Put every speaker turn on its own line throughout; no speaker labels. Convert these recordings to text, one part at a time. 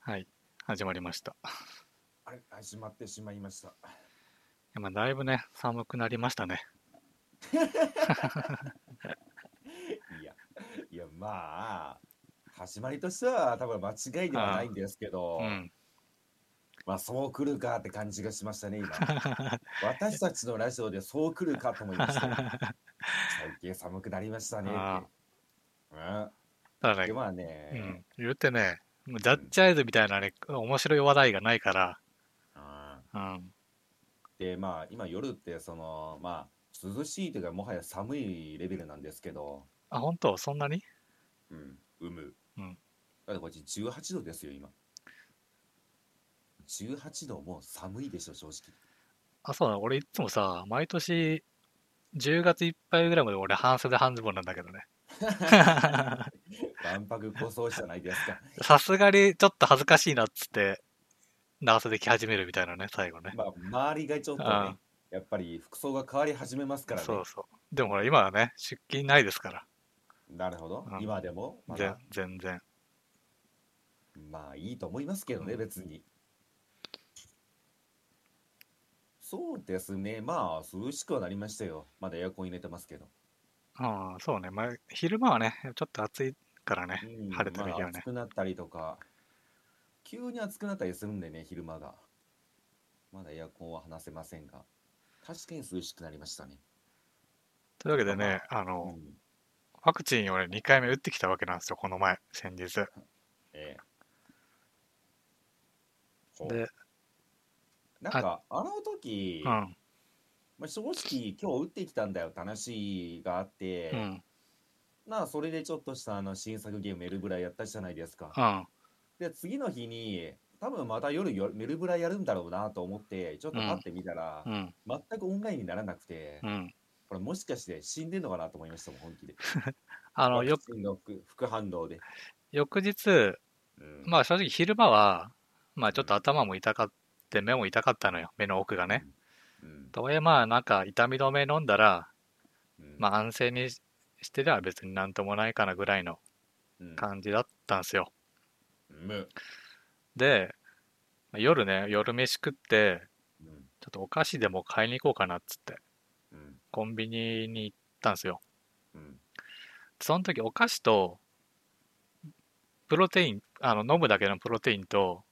はい、始まりました。
あれ、始まってしまいました。
今だいぶね、寒くなりましたね。
いや、いや、まあ、始まりとしては多分間違いではないんですけど、
うん、
まあ、そう来るかって感じがしまし たね、今。私たちのラジオでそう来るかと思いました、ね。最近寒くなりましたねって。うん、
ただ
でまあ
ね、うん、言うてね、ジャッジアイズみたいなね、うん、面白い話題がないから。うん、
で、まあ、今夜って、その、まあ、涼しいというか、もはや寒いレベルなんですけど。
あ、本当そんなに
うん、うむ。
うん。
だってこっち18度ですよ、今。18度も寒いでしょ、正直。
あ、そうだ、俺いつもさ、毎年、10月いっぱいぐらいまで俺半袖半ズボンなんだけ どね。
万博こそじゃないです か。
さすがにちょっと恥ずかしいなっつって、長袖着始めるみたいなね、最後ね。
まあ、周りがちょっとね、やっぱり服装が変わり始めますからね。
そうそう。でもほら、今はね、出勤ないですから。
なるほど。うん、今でも、
まだ、全然。
まあ、いいと思いますけどね、うん、別に。そうですね。まあ、涼しくはなりましたよ。まだエアコン入れてますけど。
ああ、そうね。まあ、昼間はね、ちょっと暑いからね、 うん、晴れてる日はね。
暑くなったりとか、急に暑くなったりするんでね、昼間が。まだエアコンは離せませんが、確かに涼しくなりましたね。
というわけでね、あの、うん、ワクチンをね、2回目打ってきたわけなんですよ、この前、先日。
え
え。で、
なんか、あの時、
うん
まあ、正直今日打ってきたんだよって話があって、
うん、
まあそれでちょっとしたあの新作ゲームメルブラやったじゃないですか、、
うん
で次の日に多分また夜メルブラやるんだろうなと思ってちょっと待ってみたら、
うん、
全くオンラインにならなくて、
こ
れもしかして死んでんのかなと思いましたもん本気で
あのよく
副反応で
翌日、まあ正直昼間はまあちょっと頭も痛かって目も痛かったのよ目の奥がね、とはいえまあなんか痛み止め飲んだら、
うん、
まあ安静にしてりゃ別になんともないかなぐらいの感じだったんすよ。
うん、
で夜ね夜飯食って、
うん、
ちょっとお菓子でも買いに行こうかなっつって、
うん、
コンビニに行ったんすよ。
うん、
その時お菓子とプロテインあの飲むだけのプロテインと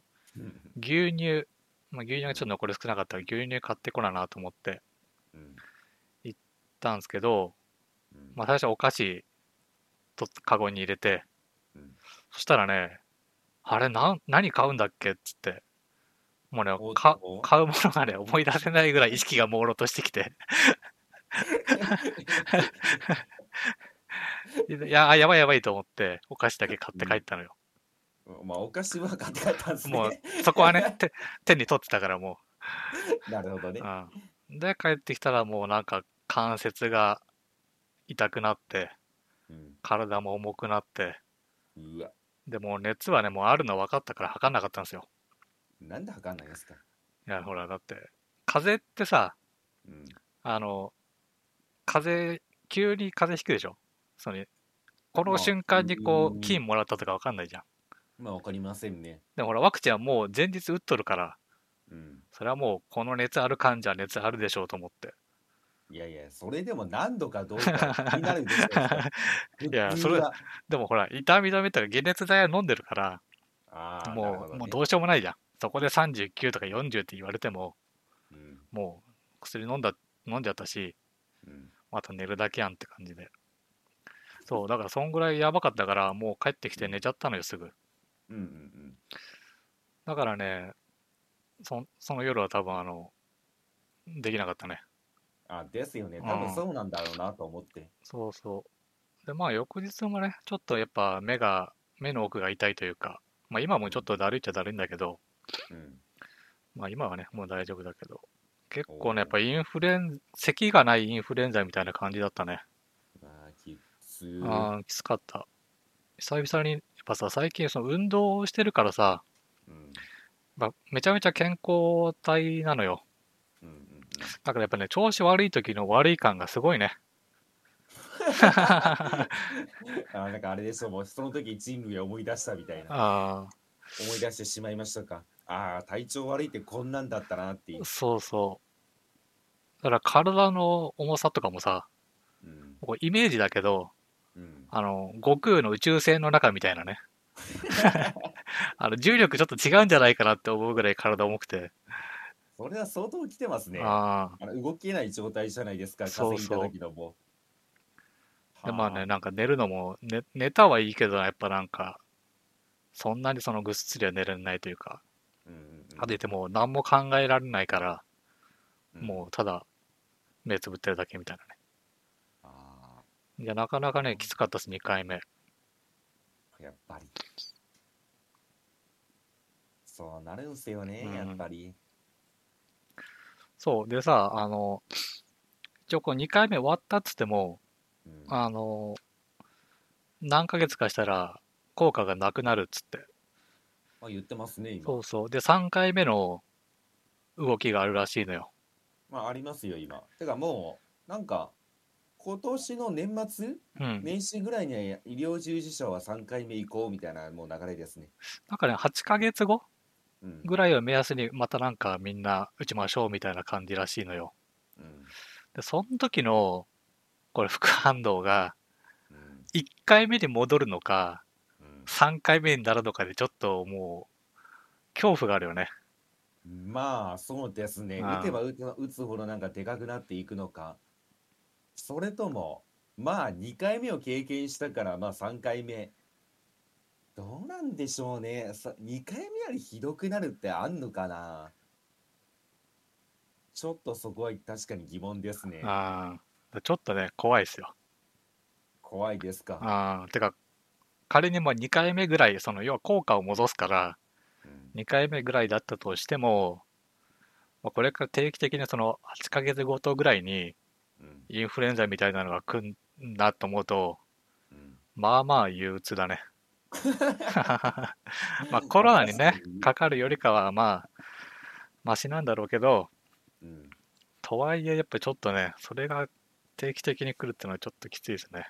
牛乳まあ、牛乳がちょっと残り少なかったら牛乳買ってこななと思って行ったんですけど、まあ、最初お菓子とカゴに入れて、そしたらねあれな何買うんだっけっつってもうねか買うものがね思い出せないぐらい意識が朦朧としてきて いややばいやばいと思ってお菓子だけ買って帰ったのよ、
まあ、お菓子は買って帰ったんですね。
もう、そこはね、手手に取ってたからも
う。 なるほどね、
うん。で、帰ってきたらもうなんか関節が痛くなって、
うん、
体も重くなって、
うわ。
で、もう熱はね、もうあるの分かったから測んなかったんですよ。
なんで測んないですかい
や、ほら、だって、風邪ってさ、
うん、
あの、風邪、急に風邪ひくでしょそのこの瞬間にこう、菌もらったとか分かんないじゃん。
まあ、わかりませんね。
でもほら、ワクチンはもう前日打っとるから、
うん、
それはもう、この熱ある患者は熱あるでしょうと思って。
いやいや、それでも何度かどうか気になるんですよ。
いや、それ、でもほら、痛み止めとか解熱剤は飲んでるから、
あ
もう、
ね、
もうどうしようもないじゃん。そこで39とか40って言われても、
うん、
もう薬飲んだ、飲んじゃったし、
うん、
また寝るだけやんって感じで。そう、だからそんぐらいやばかったから、もう帰ってきて寝ちゃったのよ、すぐ。
うんうんうん、
だからねそその夜は多分あのできなかったね
あですよね多分そうなんだろうなと思って、うん、
そうそうでまあ翌日もねちょっとやっぱ目が目の奥が痛いというかまあ今もちょっとだるいっちゃだるいんだけど、
うん、
まあ今はねもう大丈夫だけど結構ねやっぱインフルエン咳がないインフルエンザみたいな感じだったね
あきつ
あきつかった久々にやっぱさ最近その運動をしてるからさ、、
うん
めちゃめちゃ健康体なのよ、
うんうんうん、
だからやっぱね調子悪い時の悪い感がすごいね
あなんかあれですよもうその時人類を思い出したみたいな
あ
思い出してしまいましたかああ体調悪いってこんなんだったなっていう、
そうそう。だから体の重さとかもさ、
うん
こうイメージだけど、
うん、
あの、悟空の宇宙船の中みたいな ね。あの重力ちょっと違うんじゃないかなって思うぐらい体重くて。
それは相当来てますねあ
ああ。
の動けない状態じゃないですか風
そ
邪
う
ひい
そう
た時のも
でまあね、なんか寝るのも、ね、寝たはいいけど、やっぱなんか、そんなにそのぐっすりは寝れないというか、
うんうんうん
かといってもう何も考えられないから、
うん
もうただ目つぶってるだけみたいなね。
あ
いや、なかなかね、きつかったです、2回目。
ーやっぱりそうなるんすよね、
うん
やっぱり
そう、でさ、あの、一応こう2回目終わったっつっても、
うん
あの、何ヶ月かしたら効果がなくなるっつって。
あ言ってますね今
そうそう。で、3回目の動きがあるらしいのよ。
まあありますよ今てかもうなんか今年の年末
うん。
年始ぐらいには医療従事者は3回目行こうみたいなもう流れですね。
なんかね、8ヶ月後
うん
ぐらいを目安にまたなんかみんな打ちましょうみたいな感じらしいのよ。
うん
で、その時の、これ副反応が
うん
1回目に戻るのか、
う
3回目になるのかでちょっともう、恐怖があるよね。
んまあそうですね
ああ
打てば打てば打つほどなんかでかくなっていくのかそれともまあ2回目を経験したからまあ3回目どうなんでしょうねさ2回目よりひどくなるってあんのかなちょっとそこは確かに疑問ですね
ああ。ちょっとね、怖いですよ。
怖いですか、
ああ。てか、仮にも2回目ぐらい、その、要は効果を戻すから、
うん
2回目ぐらいだったとしても、まあこれから定期的にその8ヶ月ごとぐらいに
うん
インフルエンザみたいなのが来んなと思うと、
うん
まあまあ憂鬱だね。まあコロナにね
確か、に
かかるよりかはまあ、マシなんだろうけど、
うん
とはいえやっぱちょっとね、それが定期的に来るっていうのはちょっときついですね。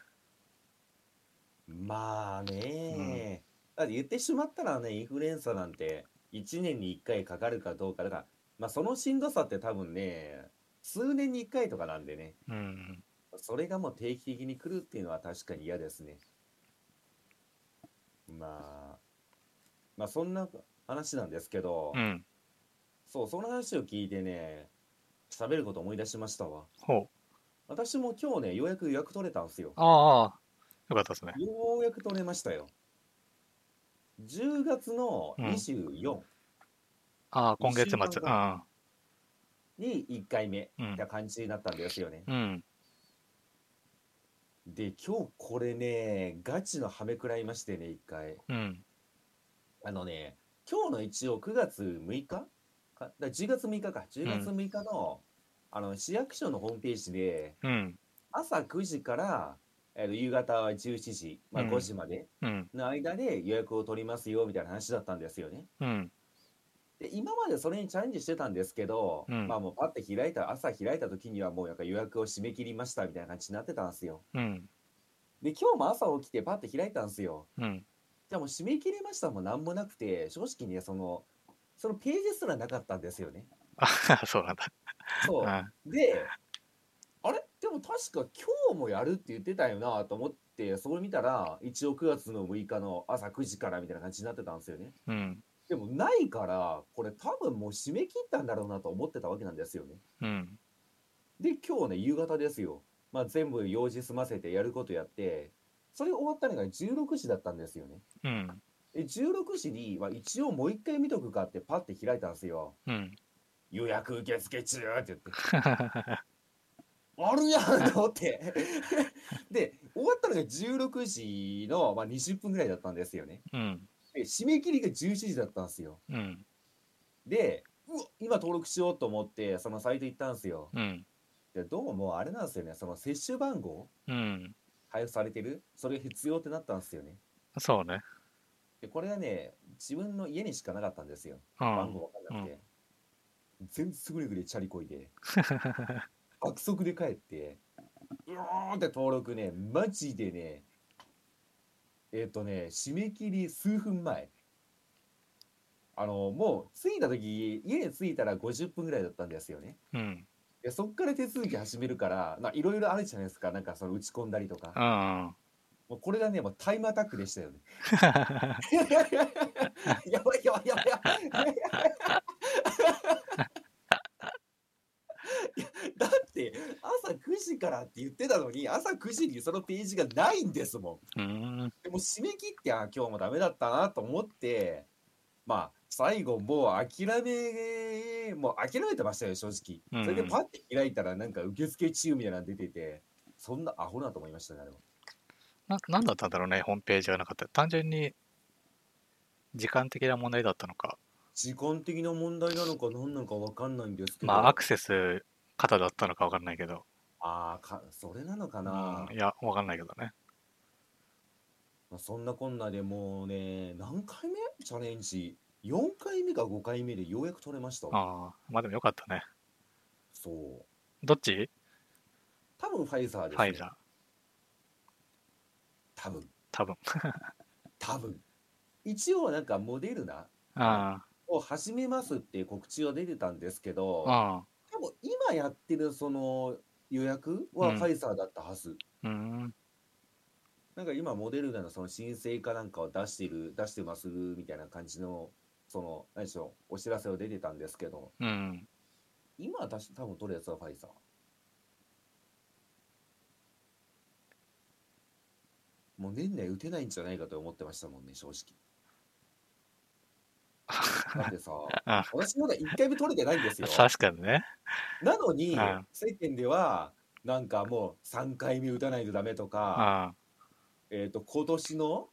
まあね、だって言ってしまったらねインフルエンザなんて1年に1回かかるかどうかだから、まあ、そのしんどさって多分ね数年に1回とかなんでね
うん。
それがもう定期的に来るっていうのは確かに嫌ですねまあまあそんな話なんですけど、
うん。
そうその話を聞いてね喋ること思い出しましたわ
ほう。
私も今日ねようやく予約取れたんですよ
ああ、よかったですね。
ようやく取れましたよ。10月の
うん
24
ああ、今月末。
一週間
う
に1回目っ
ん。うん
て。感じになったんですよね。
うん。
で今日これねガチのはめくらいましてね1回。
うん。
あのね今日の一応9月6日かだから10月6日か10月6日の,、あの市役所のホームページで
うん。朝
朝9時から、えー夕方17時、まあ、
うん
5時まで
うん。
の間で予約を取りますよみたいな話だったんですよね。
うん。
で今までそれにチャレンジしてたんですけど、
うん
まあもうパッて開いた朝開いた時にはもうなんか予約を締め切りましたみたいな感じになってたんですよ
うん。
で今日も朝起きてパッて開いたんですよ
うん。
じゃあもう締め切りましたも何もなくて正直ねそのそのページすらなかったんですよね
あそうなんだ。
そううんであれでも確か今日もやるって言ってたよなと思ってそれ見たら一応9月の6日の朝9時からみたいな感じになってたんですよね
うん。
でもないからこれ多分もう締め切ったんだろうなと思ってたわけなんですよね
うん。
で今日ね夕方ですよ、まあ、全部用事済ませてやることやってそれ終わったのが16時だったんですよね
うん。
で16時に、まあ、一応もう一回見とくかってパッて開いたんですよ
うん。
予約受付中って言ってあるやんと思って で終わったのが16時の、まあ、20分ぐらいだったんですよね
うん。
で締め切りが17時だったんですよ
うん。
でうわ今登録しようと思ってそのサイト行ったんですよ
うん。
でどうもあれなんですよねその接種番号
うん。
配布されてるそれが必要ってなったんですよね
そうね。
でこれがね自分の家にしかなかったんですよ
う
番
ん。
号わかんなくて、全然ぐりぐりチャリこ いで爆速で帰ってうおーって登録ねマジでねえっ、とね締め切り数分前あのもう着いた時家に着いたら50分ぐらいだったんですよね
うん。
でそっから手続き始めるからないろいろあるじゃないですかなんかその打ち込んだりと
う
か
んうん。
もうこれがねもうタイムアタックでした よねやばいやばいやばいやばいいやだって朝9時からって言ってたのに朝9時にそのページがないんですもん
うーん。
でも締め切ってあ今日もダメだったなと思ってまあ最後もう諦めもう諦めてましたよ正
うん
直それでパッて開いたらなんか受付中みたいなの出ててそんなアホなと思いましたねあれは
な、なんだったんだろうね、ホームページがなかった。単純に、時間的な問題だったのか。
時間的な問題なのか何なのか分かんないんですけど
まあ、アクセス型だったのかわかんないけど。
あーかそれなのか
うん
な、
いや、わかんないけどね。
まあ、そんなこんなでもうね何回目チャレンジ4回目か5回目でようやく取れました
ああ、まあでもよかったね。
そう
どっち
多分ファイザーです、
フ
ね、
ァイザー。
多分
多分。
多分一応なんかモデルナ
あ
を始めますっていう告知は出てたんですけど、
あ、
多分今やってるその予約は
うん
ファイザーだったはず、
うん。う
なんか今モデルナのその申請かなんかを出してる出してますみたいな感じのその何でしょうお知らせを出てたんですけど
ーん。うん。
今出し多分取るやつはファイザーもう年内打てないんじゃないかと思ってましたもんね正 直だってさ
あ
私まだ1回も取れてないんですよ
確かにね。
なのに、
うん
世間ではなんかもう3回目打たないとダメとか、
あ
えー、と今年の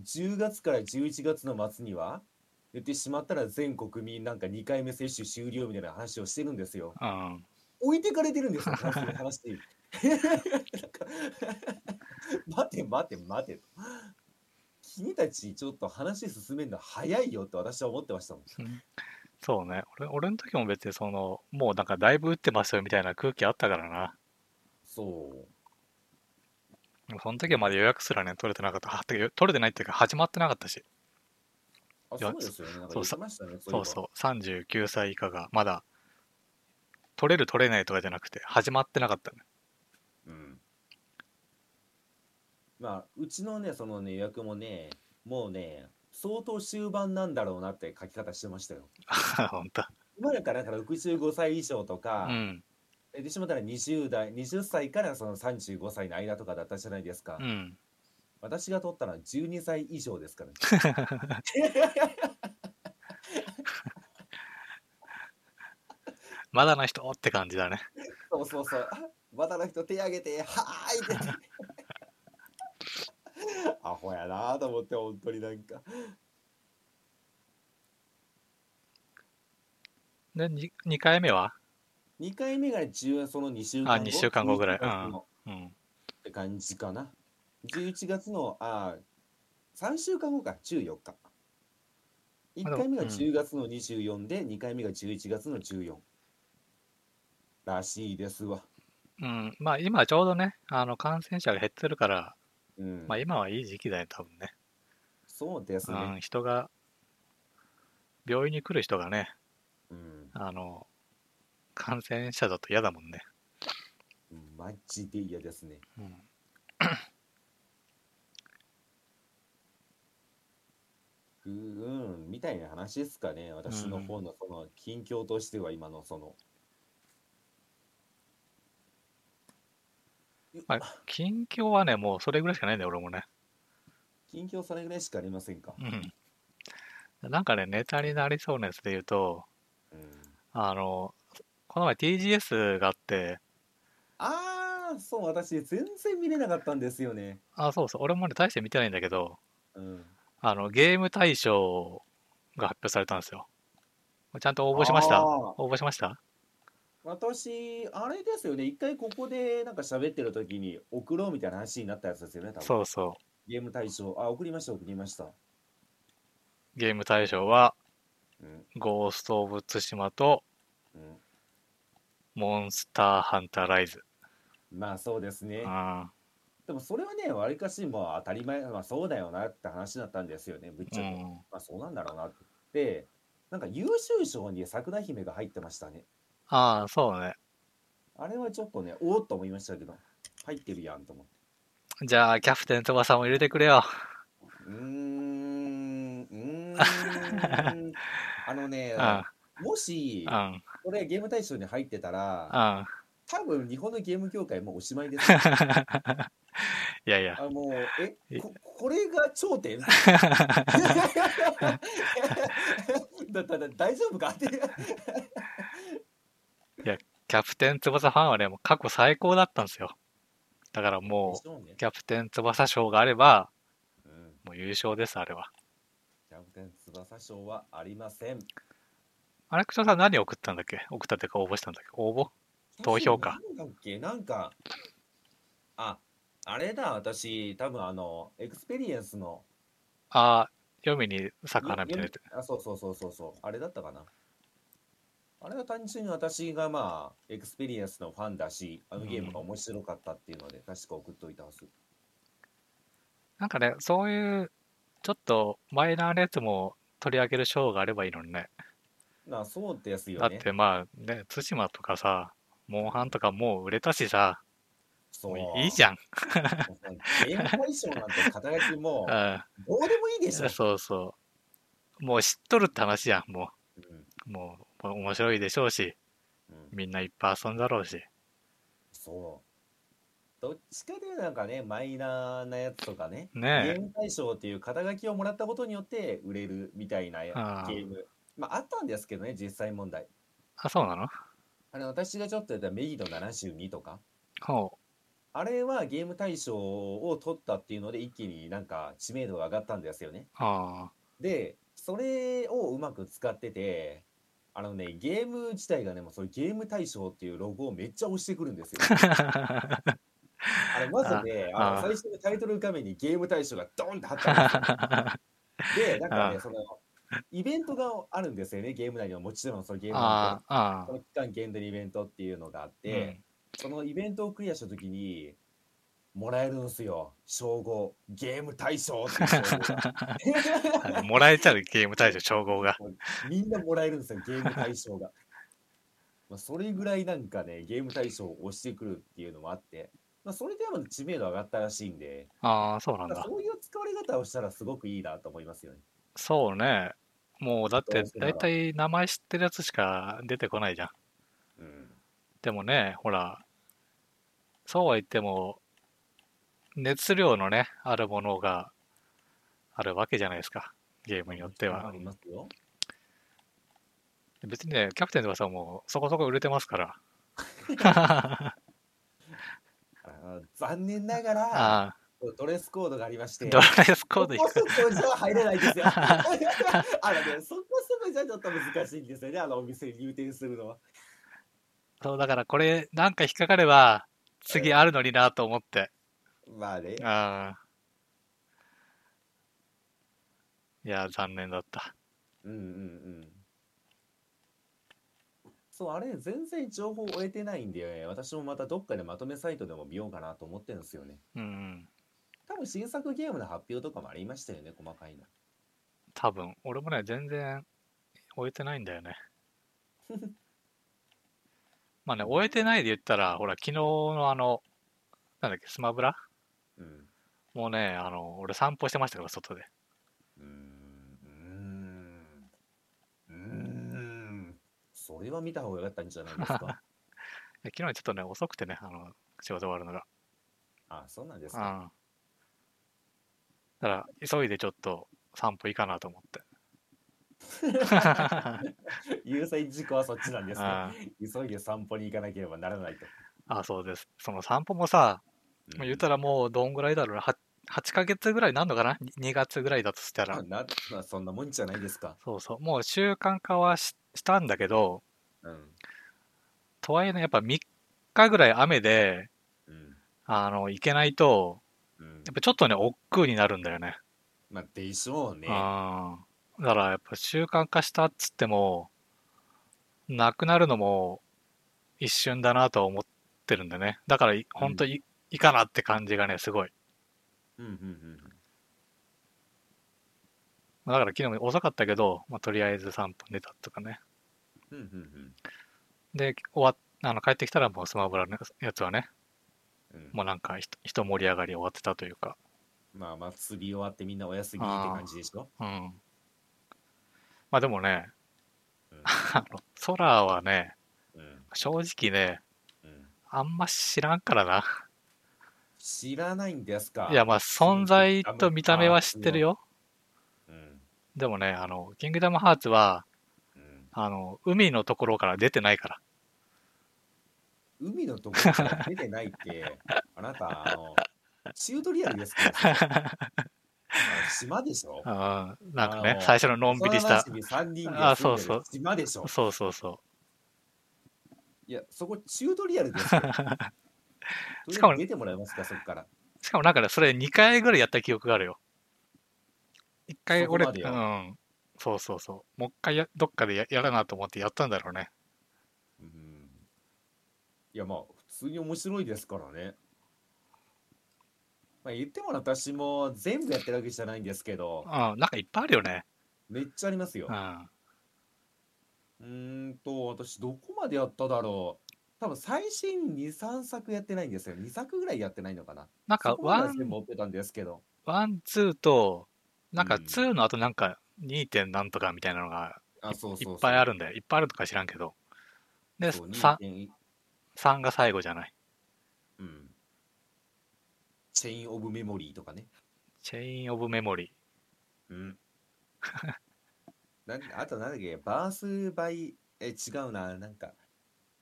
10月から11月の末には言ってしまったら全国民なんか2回目接種終了みたいな話をしてるんですよ。
あ、うん。
置いてかれてる んですよ、完全に話になんか 待て待て待てと。君たちちょっと話進めるの早いよって私は思ってましたもん。
そうね。俺、俺の時も別にその、もうなんかだいぶ打ってますよみたいな空気あったからな。
そう。
でもその時はまだ予約すらね、取れてなかった。はてか取れてないっていうか、始まってなかったし。
あ、
いや
そうですよね。なんか
そう
言っ
さ
てましたね。
そう
ういえば。
そう。39歳以下が、まだ、取れる取れないとかじゃなくて、始まってなかったね。
うんまあうちのねそのね予約もねもうね相当終盤なんだろうなって書き方してましたよ。
本当。
今だからだから65歳以上と
う
か、
ん。
えでしまったら20代20歳からその35歳の間とかだったじゃないですか、
うん。
私が取ったのは12歳以上ですからね
まだな人って感じだね。
そうそうそ うあまだの人手挙げてはーいってアホやなと思って本当になんか
で、2, 回目は
2回目が10その2週間後
あ二週間後ぐらいうん
11月の
うん。
って感じかな11月のあ3週間後か14日
あで
1
も
回目が
うん
10月の24で、2回目が11月の14らしいですわ、
うん。まあ今ちょうどね、あの、感染者が減ってるから、
うん
まあ今はいい時期だよ、多分ね。
そうです
う
ね、
ん、人が病院に来る人がね
うん
あの感染者だと嫌だもんね、
マジで嫌ですね
うん、
うーんみたいな話ですかね私の方のその近況としては今のその、
近況はねもうそれぐらいしかないんだよ俺もね、
近況それぐらいしかありませんか、
うん、なんかねネタになりそうなやつで言うと
うん、
あのこの前 TGS があって
ああそう私全然見れなかったんですよね
あそうそう俺もね大して見てないんだけど
うん
あのゲーム大賞が発表されたんですよちゃんと応募しました
あー
応募しました
私、あれですよね、一回ここでなんか喋ってる時に送ろうみたいな話になったやつですよね、多分
そうそう
ゲーム対象。あ、送りました、送りました。
ゲーム大賞は
うん、
「ゴースト・オブ・ツシマ」と「
うん。
モンスターハンターライズ。
まあそうですね
う。ん。
でもそれはね、わりかしもう当たり前、まあそうだよなって話だったんですよね、ぶっ
う
ちゃけ。
ん。
まあそうなんだろうなって。で、なんか優秀賞に桜姫が入ってましたね。
ああ、そうね。
あれはちょっとね、おおっと思いましたけど、入ってるやんと思って。
じゃあ、キャプテン翼も入れてくれよ。
うーん、うー ん。あのね
う、ん、
もし
う、ん、
これゲーム大賞に入ってたら、
うん。
多分日本のゲーム業界もうおしまい です。
いやいや、
あもう、え、
え
ここれが頂 点だだだ大丈夫かって。
キャプテン翼ファンはね、もう過去最高だったんですよ。だからも
そうね
う、キャプテン翼賞があれば、
うん
もう優勝です、あれは。
キャプテン翼賞はありません。
アレクションさん何送ったんだっけ送ったっていうか応募したんだっけ応募投票か。
なんだっけなんか、あ、あれだ、私、多分あの、エクスペリエンスの。
ああ、読みに咲く花みたいなやつ。
あ、そうそうそうそうそう。あれだったかな。あれは単純に私がまあ、エクスペリエンスのファンだし、あのゲームが面白かったっていうので、確か送っといたはず。
なんかね、そういう、ちょっとマイナーなやつも取り上げる賞があればいいのにね。
なあ、そうですよ
だっ
ね。
てまあ、ね、対馬とかさ、モンハンとかもう売れたしさ、
そ
も
う。
ういいじゃん。
もうさゲーム対象なんて肩書き
う
もう、どうでもいいでしょ
ん。。そうそう。もう知っとるって話やん、も
うん
う。もう、もう面白いでしょうし、
うん
みんないっぱい遊んだろうし。
そう。どっちかでなんかね、マイナーなやつとかね、ゲ
ね
ーム対象っていう肩書きをもらったことによって売れるみたいなゲ
あー
ーム。まあ、あったんですけどね、実際問題。
あ、そうなの
あれ、私がちょっとやったメギド72とか、
ほ
あれはゲーム対象を取ったっていうので、一気になんか知名度が上がったんですよね。
う。あ
で、それをうまく使ってて、あのね、ゲーム自体がね、もうそういうゲーム対象っていうロゴをめっちゃ押してくるんです よ。
あ。
あれ、まずね、あの
あ
最初のタイトル画面にゲーム対象がドンって貼ったんですよ。 で、なんかね、
あ
その、イベントがあるんですよね、ゲーム内にはもちろんそのゲーム内
あ
で。
あ、あ
その期間限定のイベントっていうのがあっ
う
て、
ん
そのイベントをクリアしたときに、もらえるんですよ。称号、ゲーム大賞って いう称号
あ
が
のもらえちゃうゲーム大賞称号が。
みんなもらえるんですよ、ゲーム大賞が。まあ、それぐらいなんかね、ゲーム大賞を押してくるっていうのもあって、まあ、それでも知名度上がったらしいんで、
ああ、そうなん
まあ
だ。
そういう使われ方をしたらすごくいいなと思いますよね。
そうね。もうだって
どうせなら
大体名前知ってるやつしか出てこないじゃん。
うん、
でもね、ほら、そうは言っても、熱量のね、あるものがあるわけじゃないですか。ゲームによって
あ
は
り。ますよ。
別にね、キャプテンとかさ、もうそこそこ売れてます から。
あー残念ながら、
ああ、
ドレスコードがありまして。
ドラレスコードい
そこ
く。
そこじゃ入れないですよ。あ のね、そこそこじゃちょっと難しいんですよね、あのお店に入店するのは。
そう、だからこれ、なんか引っかかれば、次あるのになと思って。
まあね、
ああ。いや、残念だった。
うんうんうん。そう、あれ、全然情報を得てないんで、私もまたどっかでまとめサイトでも見ようかなと思ってるんですよね。
うん。
多分新作ゲームの発表とかもありましたよね、細かいの。
多分、俺もね、全然終えてないんだ よね。まあね、終えてないで言ったら、ほら、昨日のあの、なんだっけ、スマブラ
うん。
もうね、あの、俺散歩してましたから、外で。
うーん。うーん。それは見た方が良かったんじゃないですか。
で昨日ちょっとね、遅くてね、あの、仕事終わるのが。
あ、そうなんです
う
か。
ん。だから、急いでちょっと散歩行かなと思って。
優先事項はそっちなんですね。
あ
急いで散歩に行かなければならないと。
あ、そうです。その散歩もさ、まあ言ったらもうどんぐらいだろうな、は 8, ヶ月ぐらいになんのかなに ?2 月ぐらいだとした
ま
ら
あ。な、まあ、そんなもんじゃないですか。
そうそう。もう習慣化はししたんだけど、
うん。
とはいえね、やっぱ3日ぐらい雨で、
うん。
あの、行けないと、
うん
やっぱちょっとね、億劫になるんだよね。
まあ、でしょうね。
うん。だからやっぱ習慣化したっつっても、なくなるのも一瞬だなとは思ってるんでね。だからい、ほんとい、いいかなって感じがね、すごい。
うんうんうん。
まあだから昨日も遅かったけど、まあ、とりあえず3分寝たとかね。
うんうん
で、終わっあの帰ってきたらもうスマブラのやつはね、
うんうん
もうなんかひとひと盛り上がり終わってたというか、
まあまあ釣り終わってみんなお休みって感じでしょ
うん。まあでもね、
うん
あの、空はね、
うん
正直ね、
うん
あんま知らんからな。
知らないんですか
いや、まあ存在と見た目は知ってるよ。
うん
でもね、あの、キングダムハーツは、
うん
あの、海のところから出てないから。
海のところから出てな いって、あなた、あの、チュートリアルですから島でし ょ
うん、なんか
あ
ね
の、
最初ののんびりした。
三人で
あ
住
そう
んで
そ
る
う
島でしょ
そうそうそ
いや、そこチュートリアルですよ。し
し
か
か
も
も
出てもらえますか、そこから。
う。しかもなんかね、それ2回ぐらいやった記憶があるよ。1回
そこ
俺、
ま
う
でよ
ん。そうそうそう。もう一回や、どっかでややらなと思ってやったんだろうね。
うんいや、まあ、普通に面白いですからね。まあ、言っても私も全部やってるわけじゃないんですけど
うん、、なんかいっぱいあるよね。
めっちゃありますよ
う。ん。
うーんと、私、どこまでやっただろう。多分最新2、3作やってないんですよ。2作ぐらいやってないのかな。
なんか
そ、こまで
ワ
は全部
ン、
持ってたんですけど。
ワン、ツーと、なん
う
か
ん
ツーの後なんか 2. 点なんとかみたいなのが
あ、そうそう
い
そう。
っぱいあるんだよ。いっぱいあるとか知らんけど。で、
そう。
3
2.1、
3が最後じゃない。
うん。チェイン・オブ・メモリーとかね。
チェイン・オブ・メモリー。
うん。なんあとなんだっけ、バース・バイ、え、違うな、なんか、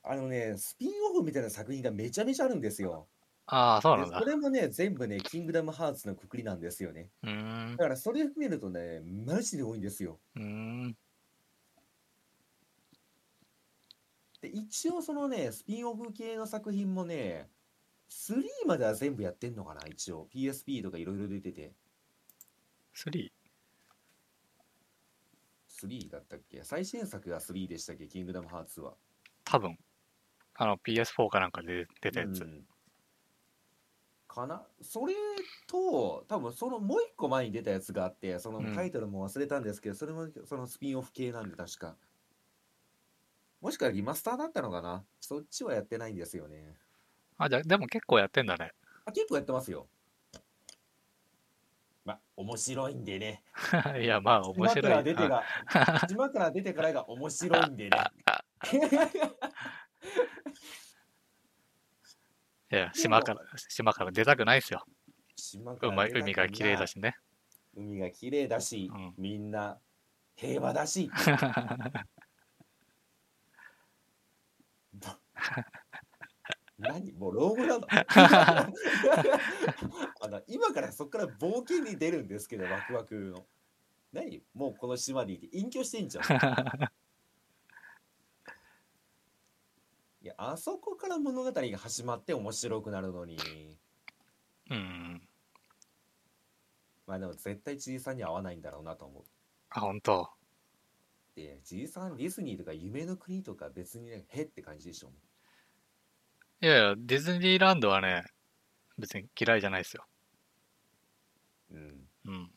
あのね、スピンオフみたいな作品がめちゃめちゃあるんですよ。
ああ、そう
で
なんだ
そ。れもね、全部ね、キングダムハーツのくくりなんですよね。
うーん
だ。からそれ含めるとね、マジで多いんですよ。
うーん。
で、一応そのね、スピンオフ系の作品もね、3までは全部やってんのかな、一応。PSP とかいろいろ出てて。
3?
3だったっけ最新作が3でしたっけキングダムハーツは。
多分。あの PS4 かなんかで出たや
う
つ。
んかなそれと多分そのもう一個前に出たやつがあってその
うん
タイトルも忘れたんですけど、それもそのスピンオフ系なんで確かもしかしたらリマスターだったのかなそっちはやってないんですよね
あ、じゃあでも結構やってんだね。
あ結構やってますよま面白いんでね
いや、まあ面白
島から
い。
出てが島から出てからが面白いんでね
うんいや、島から、島から出たくないですよ。
島 か
う
ら
まい
出たく
海が綺麗だしね。
海が綺麗だし、
うん
みんな平和だしど何 もう老後なのあの今からそこから冒険に出るんですけどワクワクの何もうこの島にいて隠居してんじゃんいやあそこから物語が始まって面白くなるのに
うん。
まあでも絶対ちいさんには合わないんだろうなと思う
あ、本当。
でじいさんディズニーとか夢の国とか別にねへって感じでしょ
いやいや、ディズニーランドはね、別に嫌いじゃないですよ。
うん
うん。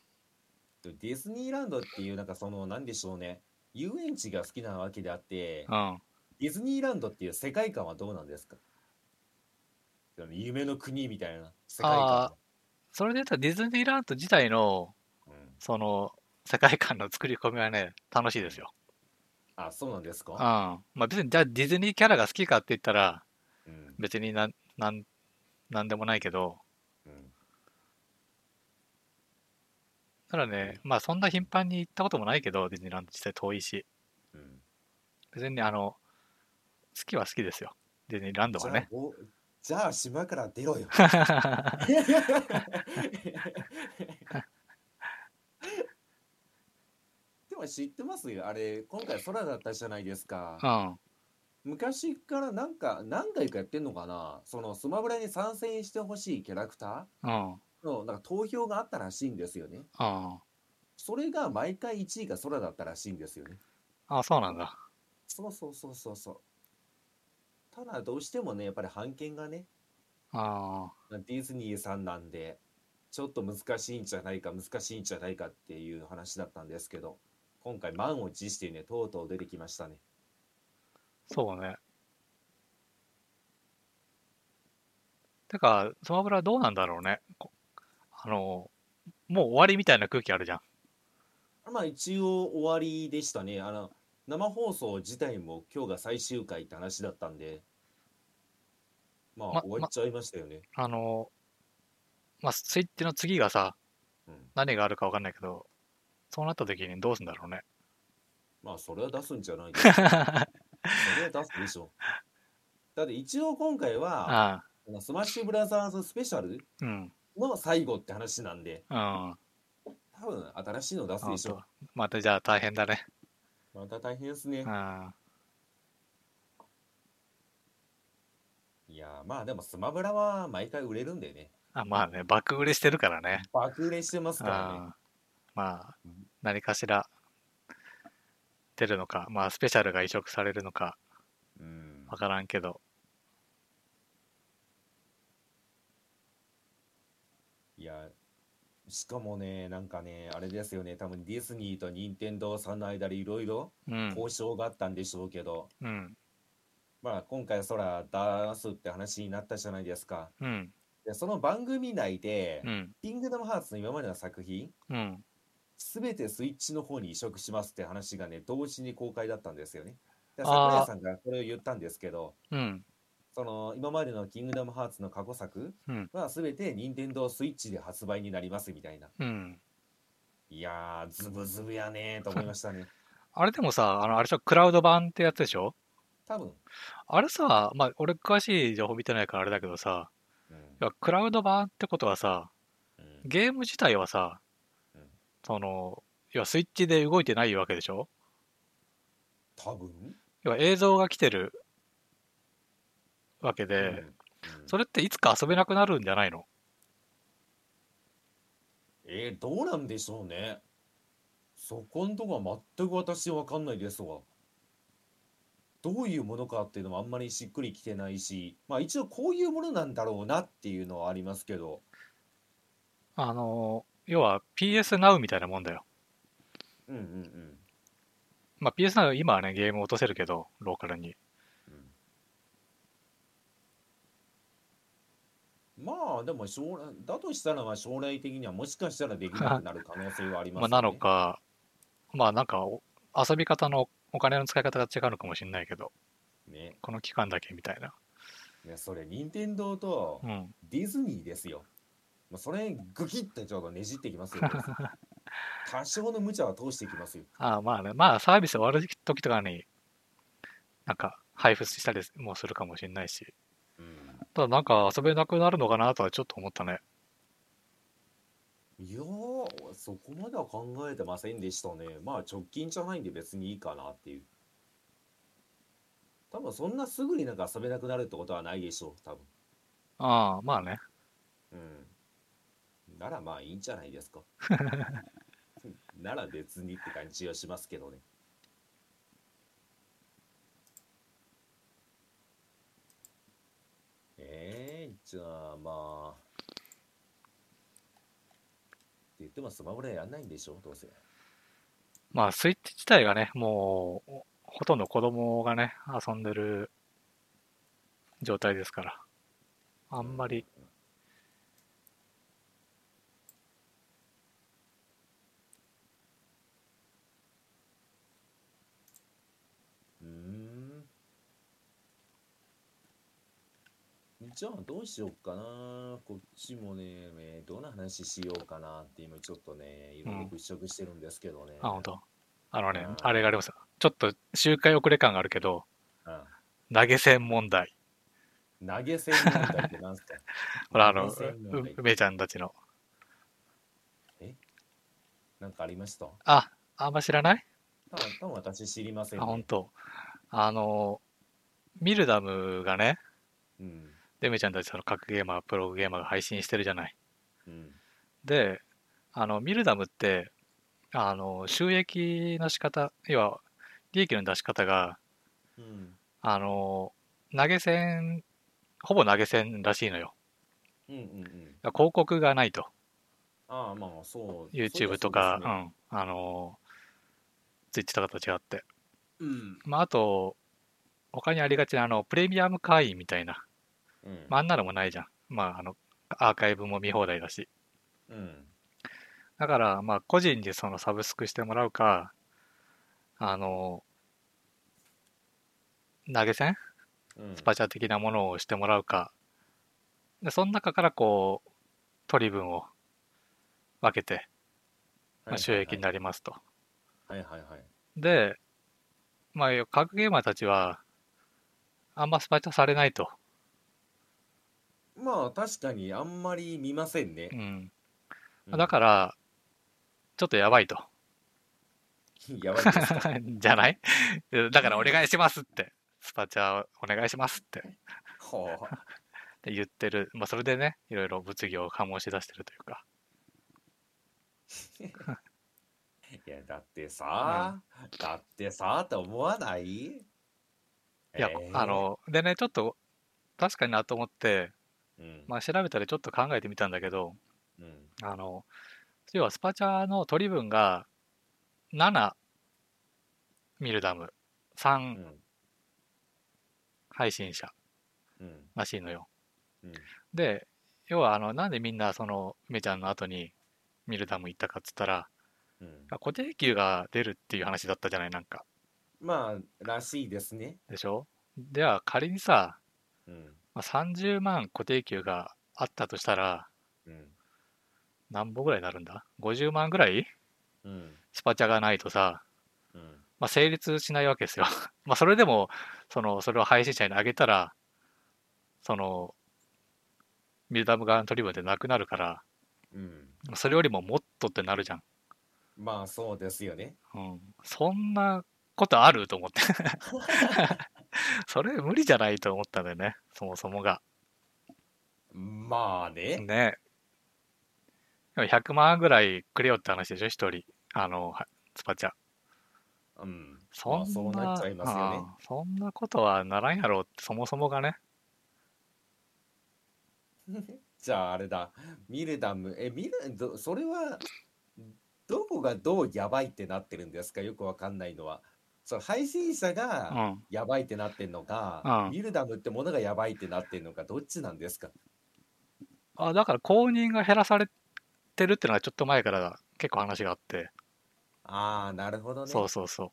でディズニーランドっていうなんかそのなんでしょうね遊園地が好きなわけであって
うん。
ディズニーランドっていう世界観はどうなんですかその夢の国みたいな世界観は
それで言ったらディズニーランド自体の、
うん
その、世界観の作り込みはね、楽しいですよ。
あそうなんです
うん。
か、
まあ別に、じゃあディズニーキャラが好きかって言ったら、
うん
別になん、なん、なんでもないけど、
うん
ただね、まあそんな頻繁に行ったこともないけど、ディズニーランド実際遠いし、
うん
別にねあの、好きは好きですよ。ディズニーランド
じ
は
ゃ
ね
あ。おじゃあ島から出ろよでも知ってますよあれ今回空だったじゃないですか
うん。
昔からなんか何回かやってんのかなそのスマブラに参戦してほしいキャラクタ
うん。
ーのなんか投票があったらしいんですよね
うん。
それが毎回1位が空だったらしいんですよね
あ、そうなんだ。
そうそうそうそうそうただどうしてもねやっぱり版権がね
あ
ディズニーさんなんでちょっと難しいんじゃないか難しいんじゃないかっていう話だったんですけど今回満を持してねとうとう出てきましたね
そうね。てか、スマブラどうなんだろうね。こあの、もう終わりみたいな空気あるじゃん。
まあ一応終わりでしたねあの生放送自体も今日が最終回って話だったんでまあ
ま
終わっちゃいましたよね、
あの、まあ、スイッチの次がさ、
うん、
何があるかわかんないけど、そうなった時にどうすんだろ うね。
まあそれは出すんじゃないですかそれは出すでしょだって一応今回は
あ
あのスマッシュブラザーズスペシャル
あ、うん、
の最後って話なんで
うん。あ
多分新しいの出すでしょ
とまたじゃあ大変だね。
また大変ですね
うん。
いやーまあでもスマブラは毎回売れるんでね
あまあね、爆売れしてるからね。
爆売れしてます
う
からね
ん。まあ
うん、
何かしら出るのか、まあ、スペシャルが移植されるのか、
うん
わからんけど。
いやしかもねなんかねあれですよね多分ディズニーと任天堂さんの間でいろいろ
うん。
交渉があったんでしょうけど、
うん。
まあ今回そら出すって話になったじゃないですか
うん。
でその番組内で、
うん。
キングダムハーツの今までの作品、
うん。
すべてスイッチの方に移植しますって話がね、同時に公開だったんですよね。で
あー
桜井さんがこれを言ったんですけど、
うん。
その今までのキングダムハーツの過去作
うん。
はすべて任天堂スイッチで発売になりますみたいな。
うん。
いやー、ズブズブやねーと思いましたね。
あれでもさ、あの、あれでしょ、クラウド版ってやつでしょ
多分、
あれさ、まあ、俺詳しい情報見てないからあれだけどさ、
うん
いやクラウド版ってことはさ、
うん
ゲーム自体はさ
うん、
その、要はスイッチで動いてないわけでしょ
多分、
要は映像が来てるわけ
う
で、
んうん
それっていつか遊べなくなるんじゃないの
えー、どうなんでしょうね。そこんとこは全く私わかんないですわ。どういうものかっていうのもあんまりしっくりきてないし、まあ一応こういうものなんだろうなっていうのはありますけど、
あの、要は PS Now みたいなもんだよ。
うんうんうん。
まあ、PS Now 今はね、ゲーム落とせるけど、ローカルに。
まあでも将来だとしたらまあ将来的にはもしかしたらできなくなる可能性はあります
ま
よ
あ、な
ね。
のか、まあなんかお遊び方のお金の使い方が違うのかもしれないけど、
ね。
この期間だけみたいな。
いやそれ任天堂と
うん。
ディズニーですよ。まあ、それグキッてちょっとねじってき ますよ。多少の無茶は通してきますよ。
ああまあね、まあサービス終わる時とかに、なんか配布したりもするかもしれないし、ただなんか遊べなくなるのかなとはちょっと思ったね。
いやー、そこまでは考えてませんでしたね。まあ直近じゃないんで別にいいかなっていう。多分そんなすぐになんか遊べなくなるってことはないでしょう、多分。
ああ、まあね。
うん。ならまあいいんじゃないですか。なら別にって感じはしますけどね。えー、じゃあまあ。って言ってもスマブラやんないんでしょどうせ。
まあスイッチ自体がね、もうほとんど子供がね、遊んでる状態ですから、あんまり。
うーん。じゃあどうしようかな。こっちもね、えーどんな話しようかなって今ちょっとね、いろいろ物色してるんですけどね。
あ、本当。あのね
うん、
あれがあります。ちょっと周回遅れ感があるけど、
う
投げ銭問題。
ん投げ銭問題ってなんすか
ほら、あの、
投げ銭問題
う梅ちゃんたちの。
なんかありました
あ、あんま知らない
多分多分私知りません
あ、本
ね。
当。あの、ミルダムがね、
うん。
で、梅ちゃんたちその格ゲーマー、プロゲーマーが配信してるじゃない。
うん。
で、あの、ミルダムって、あの、収益の仕方、要は、利益の出し方が、
うん。
あの、投げ銭、ほぼ投げ銭らしいのよ。
うんうんうん。
広告がないと。
ああ、まあ、そう。
YouTube とか、うん、あのー、Twitch とかと違って。
そうですね。
まあ、あと、他にありがちな、あの、プレミアム会員みたいな。
うん。うん
まあ、あんなのもないじゃん。まあ、あの、アーカイブも見放題だし。
うん。
だから、まあ、個人でそのサブスクしてもらうか、あのー、投げ銭
うん
スパチャ的なものをしてもらうか、でその中からこう、取り分を分けて、まあ、収益になりますと。
はいはいはい。
で、まあ、格ゲーマーたちは、あんまスパチャされないと。
まあ、確かにあんまり見ませんね
う。ん。だから、ちょっとやばいと。
ら、 やばいです。
じゃない だからお願いしますって。スパチャお願いしますって
はあ
で言ってる。まあ、それでね、いろいろ物議を醸し出してるというか。
いや、だってさ、だってさ、と思わないい
いや、あ、の、でね、ちょっと、確かになと思って、
えーうん、
まあ、調べたりちょっと考えてみたんだけど
うん、
あの要はスパチャの取り分が7ミルダム
う
3
ん、
配信者
うん、
らしいのよ。
うん
で要はあのなんでみんなその梅ちゃんの後にミルダム行ったかっつったら
うん。
固定給が出るっていう話だったじゃないなんか
まあ、らしいですね。
でしょでは仮にさ、
うん、
まあ、30万固定給があったとしたら
うん、
何本ぐらいになるんだ ?50 万ぐらい
うん、
スパチャがないとさ
うん。
まあ、成立しないわけですよ。 まあそれでもそのそれを配信者に上げたらそのミルダム側の取り分でなくなるから
うん、
それよりももっとってなるじゃん。
まあ、そうですよね。
うん、そんなことあると思って それ無理じゃないと思ったんだよねそもそもが。
まあね。
ねでも100万ぐらいくれよって話でしょ1人あのはスパチャ。
うん。
そんな,、
まあそうなっちゃいますよね
ああそんなことはならんやろうってそもそもがね。
じゃあ、あれだ。ミルダム、え、ミル、どそれは、どこがどうやばいってなってるんですかよくわかんないのは。その配信者
う
が
ん
やばいってなってんのか、
うん
ミルダムってものがやばいってなってんのか、どっちなんですか
あだから公認が減らされてるっていうのはちょっと前から結構話があって、
ああ、なるほどね。
そうそうそう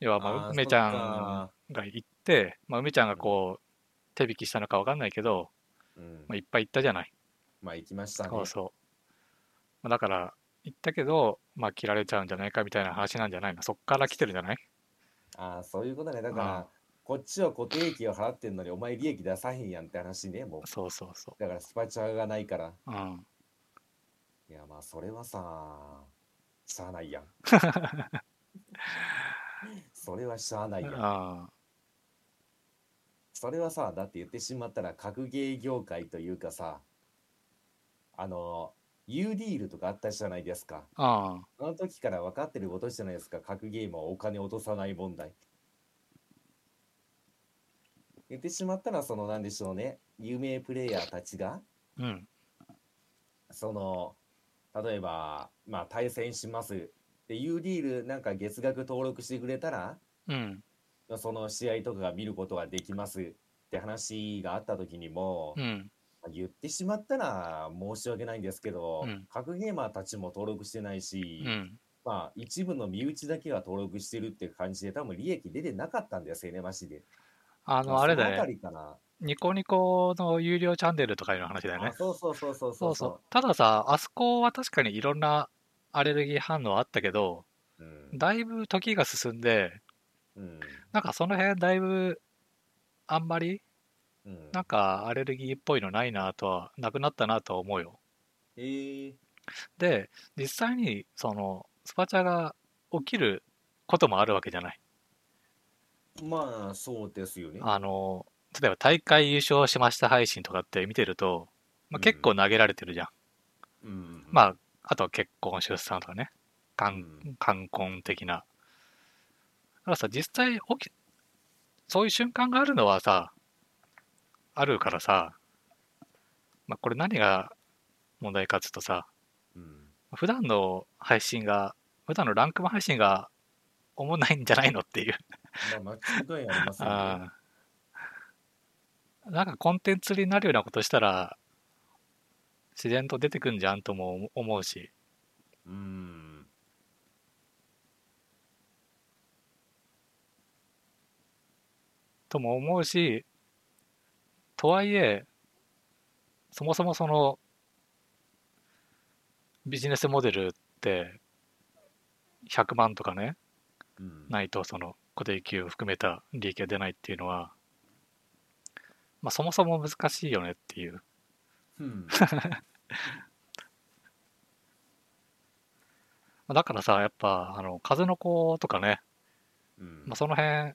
要はま
あ
あ
ー
梅ちゃ
そっ
ん
か
が行って、まあ、梅ちゃんがこう手引きしたのかわかんないけど、
うん
まあ、いっぱい行ったじゃない、
まあ、行きましたね。
そうそう、まあ、だから行ったけど、まあ、切られちゃうんじゃないかみたいな話なんじゃないのそっから来てるじゃない
ああ、そういうことね。だ
う
か
ん
ら、こっちは固定費を払ってんのに、お前利益出さへんやんって話ね、もう。
そうそうそ
だから、スパチャがないから。
ううん
いや、まあ、それはさ、しゃあないやん。それはしゃあないやん。
あ
それはさ、だって言ってしまったら、格ゲー業界というかさ、あの、U ディールとかあったじゃないですか。
あ
あの時から分かってることじゃないですか、格ゲームはお金落とさない問題。言ってしまったら、その、なんでしょうね、有名プレイヤーたちが、
うん
その例えば、まあ、対戦しますで U リールなんか月額登録してくれたら
うん
その試合とかが見ることができますって話があった時にも、
うん
まあ言ってしまったら申し訳ないんですけど、
うん
格ゲーマーたちも登録してないし、
うん
まあ一部の身内だけが登録してるって感じで多分利益出てなかったんですよねマジで。
あのあれだ
そのあ
よ
た
ね
りかな。
ニコニコの有料チャンネルとかいう話だよね
あそうそうそうそ
そ
うそうう
そう。たださ、あそこは確かにいろんなアレルギー反応あったけど、
う。うん。
だいぶ時が進んで、
うん。
なんかその辺だいぶ、あんまり、
うん。
なんかアレルギーっぽいのないなとは、なくなったなとは思うよ。
えー、
で、実際に、その、スパチャが起きることもあるわけじゃない。
まあそうですよね。
あの、例えば大会優勝しました配信とかって見てると、まあ、結構投げられてるじゃん。
うん、
まあ、あとは結婚、出産とかね、冠
うん
冠婚的な。だからさ、実際起き、そういう瞬間があるのはさ、あるからさ、まあ、これ何が問題かっつうとさ
うん
普段の配信が普段のランクマ配信がおもんないんじゃないのっていう
まあ、間違いありませんね。
ああなんかコンテンツになるようなことしたら自然と出てくんじゃんとも思うし
うん。
とも思うしとはいえそもそもそのビジネスモデルって100万とかね
うん。
ないとその固定給を含めた利益が出ないっていうのは、まあ、そもそも難しいよねっていう
うん
まあだからさやっぱあの風の子とかね、
うん
まあ、その辺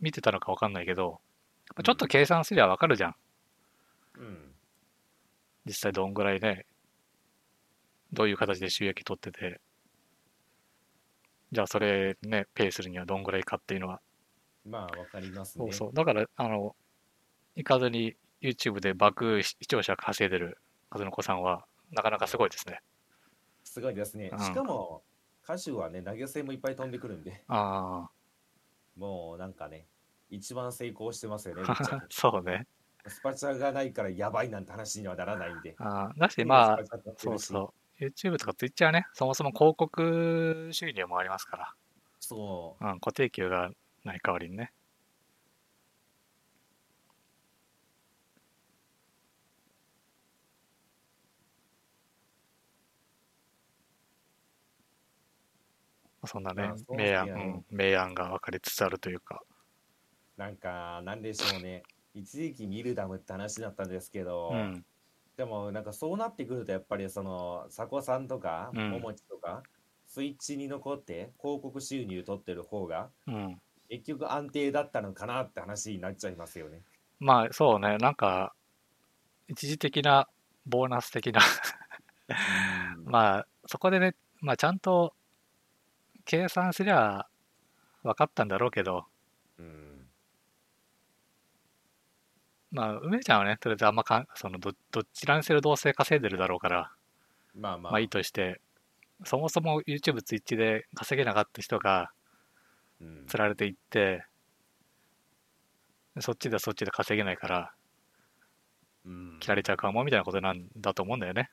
見てたのか分かんないけどやっぱちょっと計算すりゃ分かるじゃん
うん
実際どんぐらいねどういう形で収益取っててじゃあそれねペイするにはどんぐらいかっていうのは
まあ、わかります
そ
ね。
うそうだからあの行かずに YouTube で爆視聴者稼いでる風の子さんはなかなかすごいですね
すごいですね
う。ん
しかも、歌手はね、投げ銭もいっぱい飛んでくるんで、
あ
もうなんかね、一番成功してますよね、ぶっちゃ
あ そうね
けスパチャがないからやばいなんて話にはならないんで。
ああだしまあ
スパチャ使って
そ
る
う
し
そう。YouTube とか Twitch はね、そもそも広告収入もありますか
そ
ら、うん、固定給がない代わりにね。そんなね
まあそう、です
明暗、
よね
うん、明暗が分かりつつあるというか、
う。なんか、なんでしょうね。一時期ミルダムって話だったんですけど、
うん、
でもなんかそうなってくるとやっぱりその佐古さんとか
うん
ももちとかスイッチに残って広告収入取ってる方が
うん。
結局安定だったのかなって話になっちゃいますよね。
まあそうね、なんか、一時的な、ボーナス的な まあそこでね、まあ、ちゃんと計算すりゃ分かったんだろうけど、
うん
まあ、梅ちゃんはね、とりあえずあんまかんそのどどちらにせよどうせ稼いでるだろうから、
まあまあ、
まあいいとして、そもそも YouTube、Twitch で稼げなかった人が
うん
釣られていって、そっちではそっちで稼げないから、
うん
切られちゃうかもみたいなことなんだと思うんだよね。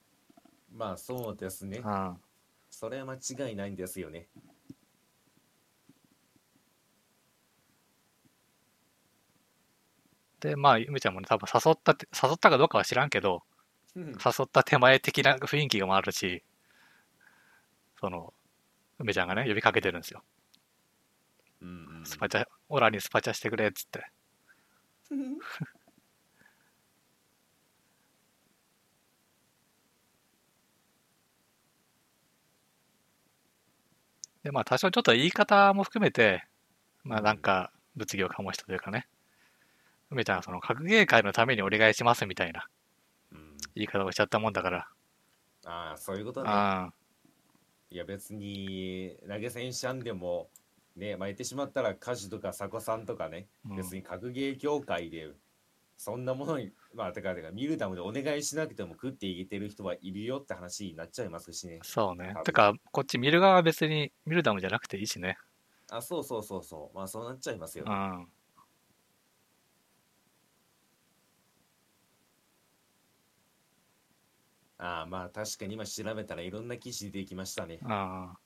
まあそうですね
う。ん
それは間違いないんですよね。
で、まあ、梅ちゃんもね、多分誘ったって、誘ったかどうかは知らんけど、
うん
誘った手前的な雰囲気もあるし、その、梅ちゃんがね、呼びかけてるんですよ。
うん
スパチャ、オラにスパチャしてくれっつって。で、まあ、多少ちょっと言い方も含めて、まあ、なんか、物議を醸したというかね、梅ちゃんはその、格ゲー界のためにお願いしますみたいな
うん
言い方をしちゃったもんだから、
ああそういうことね。
あ
いや別に投げ銭しちゃんでもね巻いてしまったら歌手とか佐古さんとかね
うん
別に格ゲー業界でそんなものにまあてかてかミルダムでお願いしなくても食っていけてる人はいるよって話になっちゃいますしね
そうね
多。分
てか、こっち見る側は別に、見るダムじゃなくていいしね。
あそうそうそうそうまあそうなっちゃいますよ、
うん。
ああまあ確かに今調べたらいろんな記事出てきましたね
うん。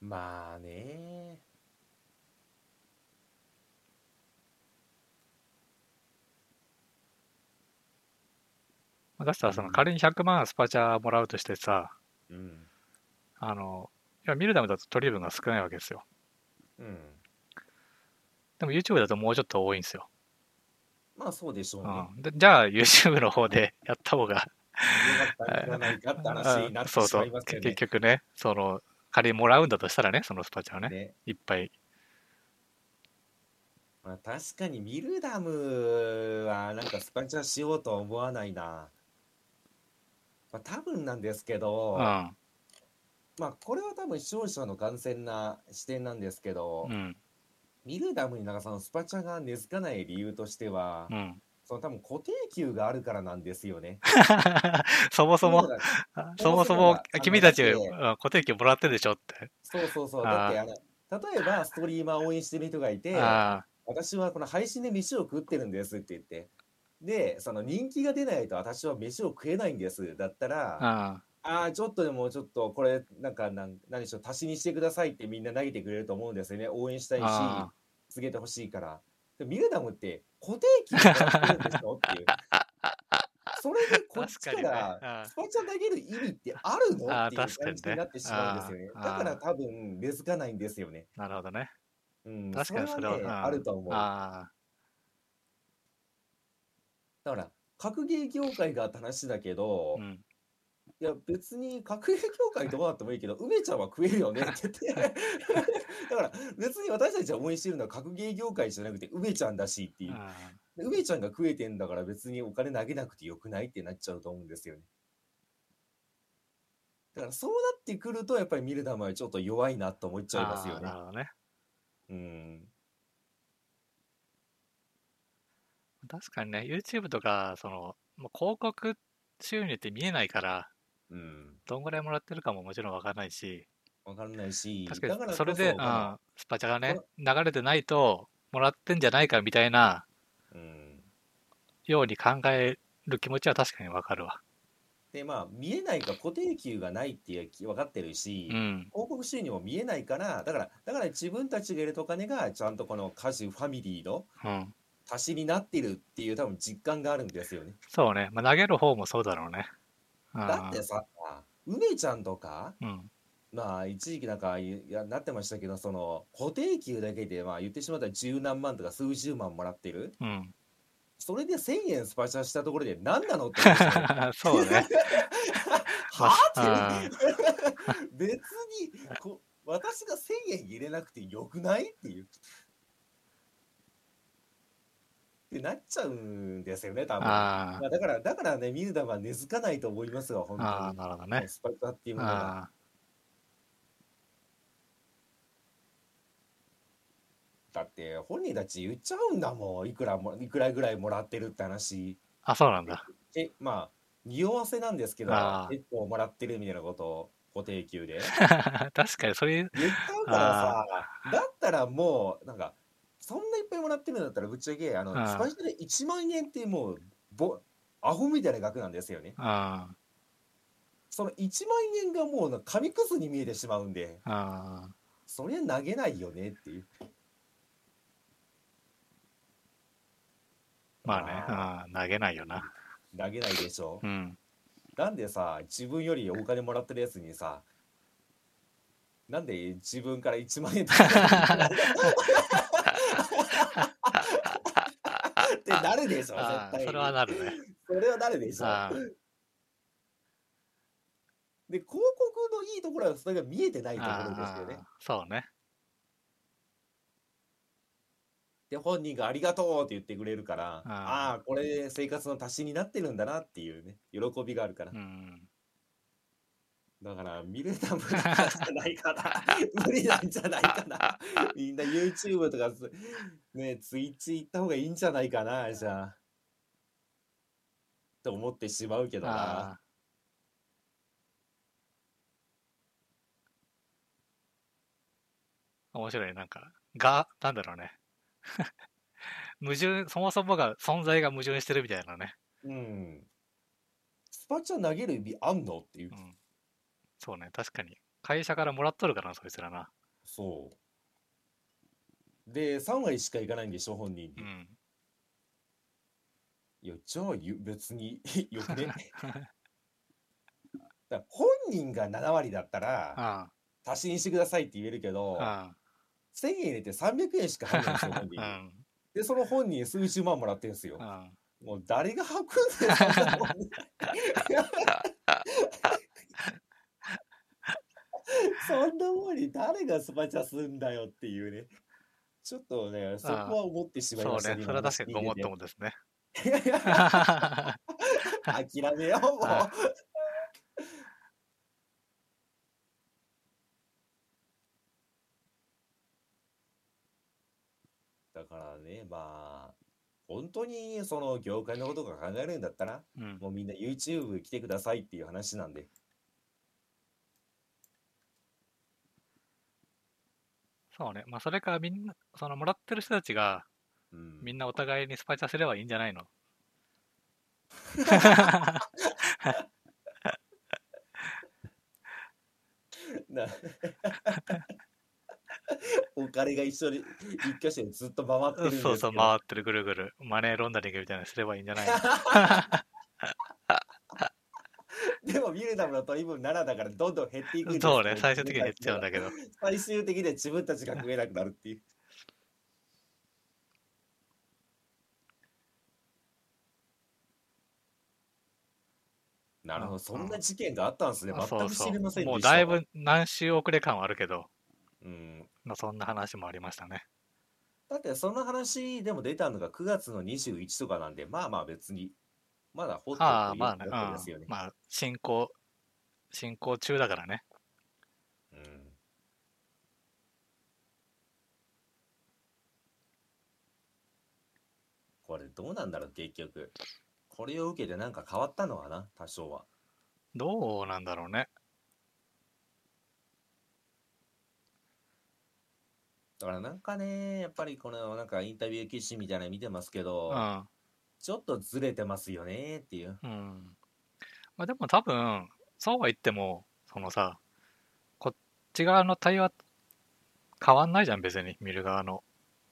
まあね
まあだしたらその
うん
仮に100万スパチャもらうとしてさ、
うん
あの、いや見るダムだと取り分が少ないわけですよ。
うん
でも YouTube だともうちょっと多いんですよ。
まあそうでしょう
う
ね、よ
ん、でじゃあ YouTube の方でやった方が、
かったんじゃないかって話になって
そう
し
そ
ま
う、
いますよ
結
ね
局ね、その、仮にもらうんだとしたらね、そのスパチャをね、
ね
いっぱい。
まあ、確かにミルダムはなんかスパチャしようとは思わないな、まあ、多分なんですけど、
うん。
まあこれは多分視聴者の感染な視点なんですけど、
うん
ミルダムに長さんのスパチャが根付かない理由としては、
うん、
その多分固定給があるからなんですよね。
そも そ
と
も
いうのが
そもそ
そもそも
も
あの
君たち
だって
うん固定給もらってるでしょって
そうそうそう。だ
あ
っ
ー
てあの例えばストリーマーを応援してる人がいて、
あ
私はこの配信で飯を食ってるんですって言って。で、その人気が出ないと私は飯を食えないんです。だったら、
ああ
ああ、ちょっとでもちょっとこれ、なんかなん、何でしょう、足しにしてくださいってみんな投げてくれると思うんですよね。応援したいし、
あ
告げてほしいから。でミルダムって固定給もらってるんでし ょっていう。それでこっちか
確かにねう
ら
ん
スパチャ投げる意味ってあるの
あー
っていう
確かに
感
ね
じになってしまうんですよね。
あ
だ
ーあー
から多分根付かないんですよね。
なるほどね
うん、
確かにそれは
ね、
うん
あると思う。だ
あ
から、格ゲー業界が楽しいだけ
あ
ど、
うん
いや別に格ゲー業界どうなってもいいけど梅ちゃんは食えるよねって 言ってだから別に私たちが応援してるのは格ゲー業界じゃなくて梅ちゃんだしっていう
あ
で梅ちゃんが食えてんだから別にお金投げなくてよくないってなっちゃうと思うんですよねだからそうなってくるとやっぱり見る名前ちょっと弱いなと思っちゃいますよ
ああ
ね
なるほどね
うん
確かにね YouTube とかそのもう広告収入って見えないから
うん
どんぐらいもらってるかももちろんわからないし
わからないし
確か
だから
に
こ
それで、うん、
まあ
スパチャがね流れてないともらってんじゃないかみたいな
うん
ように考える気持ちは確かにわかるわ
でまあ見えないか固定給がないっていう分かってるし、
うん
広告収入も見えないからだからだから自分たちが入れたお金がちゃんとこの家事ファミリーの
うん
足しになってるっていう多分実感があるんですよね。
そうね、まあ、投げる方もそうだろうねうん
だってさ梅ちゃんとか
うん
まあ一時期なんかいやなってましたけどその固定給だけでまあ言ってしまったら十何万とか数十万もらってる
うん、
それで1,000円スパチャしたところで何なのって 話だよ
そう ね。
はあ
あ
って別にこ私が1,000円入れなくてよくないっていう。ってなっちゃうんですよね多分。
あ
まあ、だからだからねミルダムは根付かないと思いますが本
あ、ああ
当
なるほど
に、
ね。
スパイダーっていうものが。
あ
だって本人たち言っちゃうんだもんいくらもいくらぐらいもらってるって話。
あ、あそうなんだ。
えまあ匂わせなんですけど
あー
結構もらってるみたいなことを固定 給で。
確かに、それ、
言っちゃうからさだったらもうなんかそんないっぱいもらってるんだったらぶっちゃけあの
ああ
スパイダーで1万円ってもうぼアホみたいな額なんですよね。
ああ
その1万円がもうなんか紙くずに見えてしまうんで。
ああ
そりゃ投げないよねっていう。
まあね、ああ投げないよな。
投げないでしょ
う。ん。
なんでさ、自分よりお金もらってるやつにさ、なんで自分から1万円とかってなるでしょ、絶
ああ
対に。
それはなるね。
それはなるでしょ。
ああ
で、広告のいいところはそれが見えてないところですよね
あ。あそうね。
で、本人がありがとうって言ってくれるから、あ
ああ
あー、これ生活の足しになってるんだなっていうね、喜びがあるから
う。ん。
だから見れた無理なんじゃないか な無理なんじゃないかなみんな YouTube とかすね Twitch 行った方がいいんじゃないかなじゃあと思ってしまうけどな
ああ。面白い、なんか、が、なんだろうね。 矛盾、そもそもが、存在が矛盾してるみたいなね。
うんスパチャ投げる意味あんのっていう
うん。そうね、確かに。会社からもらっとるからな、そいつらな。
そうで3割しか行かないんでしょ本人に、
うん。
いやじゃあゆ別に よ くねだから本人が7割だったら
あ
足しにしてくださいって言えるけ
あ。
ど
あ
1000円入れて300円しか入んないんですよ、本 人
うん。
で、その本人数十万もらってるんですよ
う。ん。
もう誰が吐くんですかそんなもんそんなもんに誰がスパチャすんだよっていうね。ちょっとね、そこは思ってしまい
そう
ま
ね、
し
そ
た
れは確かにごもっともですね。
諦めよう、もう
あ。
まあ、本当にその業界のことが考えるんだったら、
うん、
もうみんな YouTube 来てくださいっていう話なんで。
そうね。まあ、それかみんな、そのもらってる人たちが、
うん
みんなお互いにスパチャすればいいんじゃ ないの
なお金が一緒に一箇所にずっと回ってるんですけ
そ
ど
うそう、回ってるぐるぐる。マネーロンダリングみたいなのすればいいんじゃない の
でもビルダムの取り分7だからどんどん減っていくんですよ
そうね、最終的に減っちゃうんだけど。
最終的には自分たちが食えなくなるっていう。なるほど、そんな事件があったんですね。
あそ
全
う
く
そ
知りませ
う。
んで
もう
したわ。
だいぶ何週遅れ感はあるけど、
うん。
まあそんな話もありましたね。
だってその話でも出たのが9月の21とかなんで、まあまあ別に、まだホット
ああ、
という
まあ
わ
ね、
けですよ
う
ね
ん。。まあ、進行、進行中だからね。
うんこれどうなんだろう結局これを受けてなんか変わったのかな多少は
どうなんだろうね。
だからなんかねやっぱりこのなんかインタビュー記事みたいなの見てますけど、
うん。
ちょっとずれてますよねっていう
うん。まあでも多分、そうは言っても、そのさ、こっち側の対話変わんないじゃん、別に、見る側の。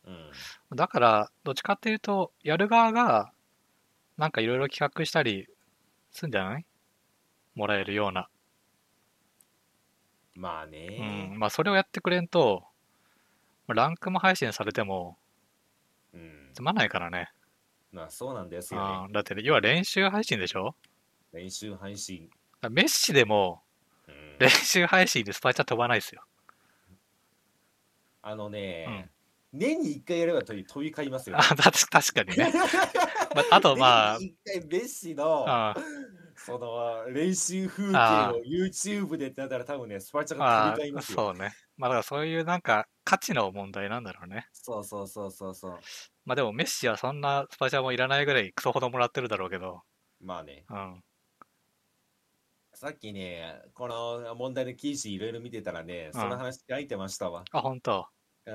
うん
だから、どっちかっていうと、やる側が、なんかいろいろ企画したりするんじゃないもらえるような。
まあ
う
ね
ん。まあそれをやってくれんと、ランクも配信されても
うん、
つまんないからね。
まあそうなんですよね
うん、だって、要は練習配信でしょ
練習配
だ
信、
からメッシでも
うん
練習配信でスパイチャ飛ばないですよ。
あのね、年に1回やれば飛び飛び交いますよね
あ、だ確かにね。まああ とまあ
年に一回メッシの、
あ
その練習風景
ああ
を YouTube でってなったら多分ね、スパチャが
あ
飛び交いますよ。
そうね。まあだからそういうなんか価値の問題なんだろうね。
そうそうそうそうそう。
まあでもメッシはそんなスパチャもいらないぐらいクソほどもらってるだろうけど。
まあね、
うん。
さっきね、この問題の記事いろいろ見てたらね、
うん
その話書いてましたわ。
あ、本当。
うん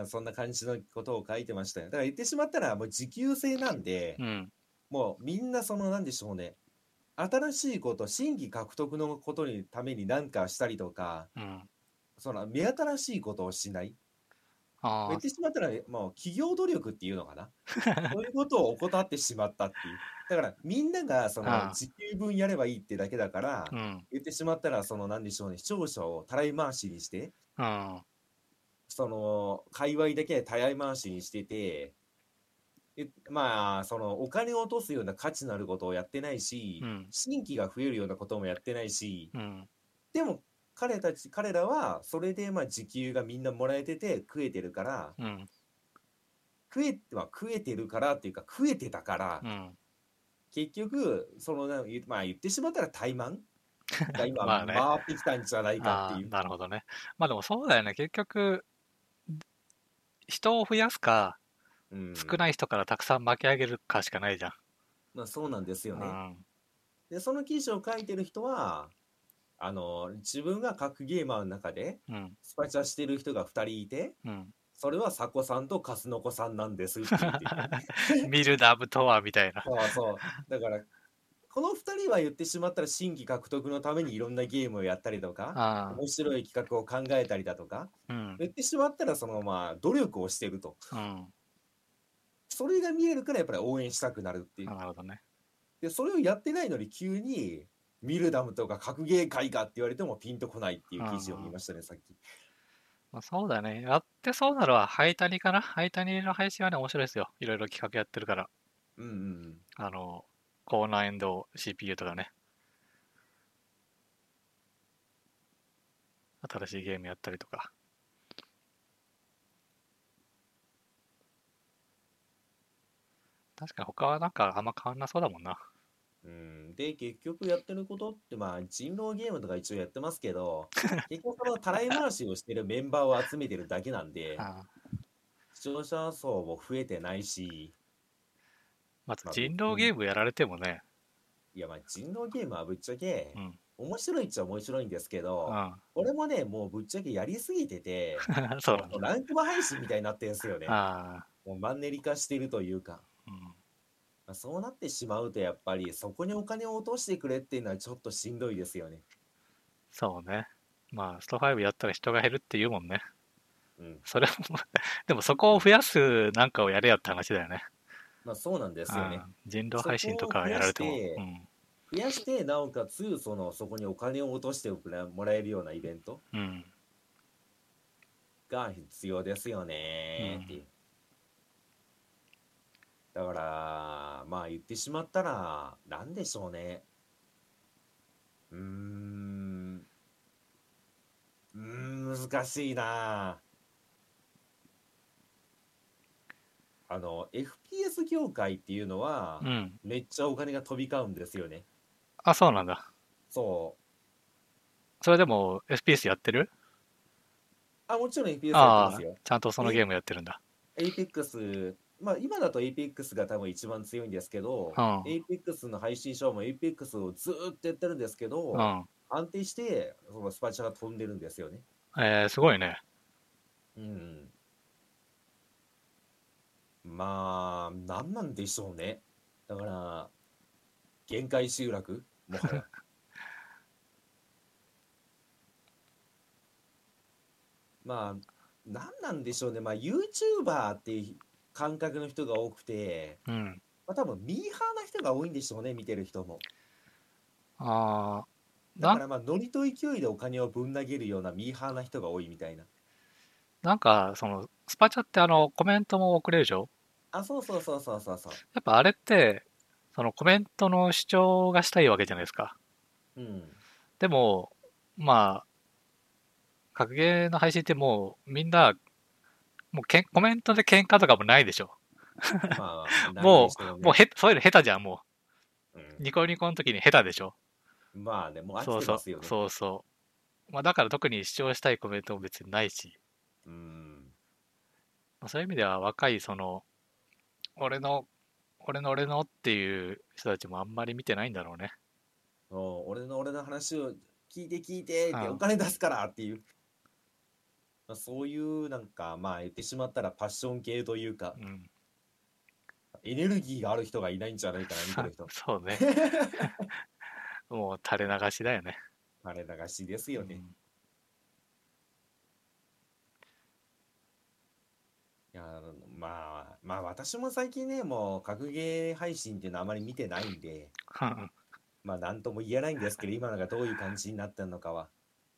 そんな感じのことを書いてましたよ。だから言ってしまったらもう時給制なんで、
うん。
もうみんなそのなんでしょうね、新しいこと、新規獲得のことにために何かしたりとか、
うん。
その目新しいことをしない。
あ
言ってしまったら、もう企業努力っていうの かな。そういうことを怠ってしまったっていう。だから、みんながそ
あ
の
あ
時給分やればいいってだけだから、
あ。うん。
言ってしまったら、そのなんでしょうね、視聴者をたらい回しにして、
うん。
その界隈だけたらい回しにしてて、えまあ、そのお金を落とすような価値のあることをやってないし、
うん。
新規が増えるようなこともやってないし、
うん。
でも彼たち、彼らはそれでまあ時給がみんなもらえてて食えてるから、
うん。
食えは食えてるからっていうか食えてたから、
うん。
結局そのなまあ言ってしまったら 怠慢が今
まあね
回ってきたんじゃない
あ
かって
あ
いう、
なるほどね。まあでもそうだよね。結局、人を増やすか、
うん
少ない人からたくさん巻き上げるかしかないじゃん。
まあ、そうなんですよ
う
ね、
ん。
でその記事を書いてる人はあの自分が格ゲーマーの中で
うん。
スパチャしてる人が2人いて
うん。
それは佐古さんとカスノコさんなんですって言ってて
ミルダブとはみたいな。
そうそうだからこの2人は言ってしまったら新規獲得のためにいろんなゲームをやったりとか
あ
面白い企画を考えたりだとか
あ、うん、
言ってしまったらそのまあ努力をしてると
うん、
それが見えるからやっぱり応援したくなるっていう
なるほどね。
でそれをやってないのに急にミルダムとか格ゲー会かって言われてもピンとこないっていう記事を見ましたねさっき
まあ、そうだね。やってそうなのは、ハイタニかな。ハイタニの配信はね、面白いですよ。いろいろ企画やってるから。
うんうんうん
あの、高難易度 CPU とかね。新しいゲームやったりとか。確かに他はなんかあんま変わんなそうだもんな。
うん、で結局やってることってまあ人狼ゲームとか一応やってますけ ど結局そのたらい回しをしてるメンバーを集めてるだけなんで
あ
聴者層も増えてないし、
まず
まあ
人狼ゲームやられてもね、
いやまあ人狼ゲームはぶっちゃけ
う、ん、
面白いっちゃ面白いんですけど、
う
俺もね、もうぶっちゃけやりすぎて て、
ん、 そうなんだ。
ランクマ配信みたいになってんすよね。
あ
もうマンネリ化してるというか、
あ、うん、
まあ、そうなってしまうとやっぱりそこにお金を落としてくれっていうのはちょっとしんどいですよね。
そうね。まあ、スト5やったら人が減るって言うもんね。
うん。
それも、 でもそこを増やすなんかをやれよって話だよね。
まあそうなんですよね
ああ。人狼配信とかやられても。
そこを増やして
うん
増やして、なおかつ、その、そこにお金を落としてもらえるようなイベント
うん、
が必要ですよね
うん
っていう。だから、まあ言ってしまったら、なんでしょうね。うーん。うーん、難しいなあの、FPS 業界っていうのは
う、ん。
めっちゃお金が飛び交うんですよね。
あ、そうなんだ。
そう。
それでも SPS やってる
あ、もちろん FPS や
あ
ってま
あ
すよ。
ちゃんとそのゲームやってるんだ。
APEX、まあ今だと APEX が多分一番強いんですけど、
うん
APEX の配信者も APEX をずーっとやってるんですけど、
うん。
安定してそのスパチャが飛んでるんですよね。
えー、すごいね。
うん。まあ、なんなんでしょうね。だから、限界集落もは や。まあ、なんなんでしょうね。まあ、YouTuber っていう感覚の人が多くて、
うん。
まあ多分ミーハーな人が多いんでしょうね、見てる人も。
ああ、
だ
な
からまあ、ノリと勢いでお金をぶん投げるようなミーハーな人が多いみたいな。
なんか、その、スパチャってあの、コメントも送れるでしょ
あ、そうそうそうそうそうそう。
やっぱあれって、そのコメントの主張がしたいわけじゃないですか。
うん。
でも、まあ、格ゲーの配信ってもうみんな、もうけんコメントで喧嘩とかもないでしょ。
まあ、
も
う、
もうへ、そういうの下手じゃん、も
うん
う。ニコニコの時に下手でしょ。
まあね、もう
そ
飽
う
きて
そ
ま
う
すよね。
そうそう。まあだから特に主張したいコメントも別にないし、
うん。
まあそういう意味では若い、その、俺の、俺の俺のっていう人たちもあんまり見てないんだろうね。
もう俺の俺の話を聞いて聞いてって
ああ
お金出すからっていう。まあ、そういうなんか、まあ言ってしまったらパッション系というか
う、ん。。
エネルギーがある人がいないんじゃないかな、見てる 人
そう ね。もう垂れ流しだよね。
あれ流しですよね。
う
い
ん
や、まあ、まあ私も最近ね、もう格ゲー配信っていうのはあまり見てないんで、まあなんとも言えないんですけど、今のがどういう感じになってるのかは。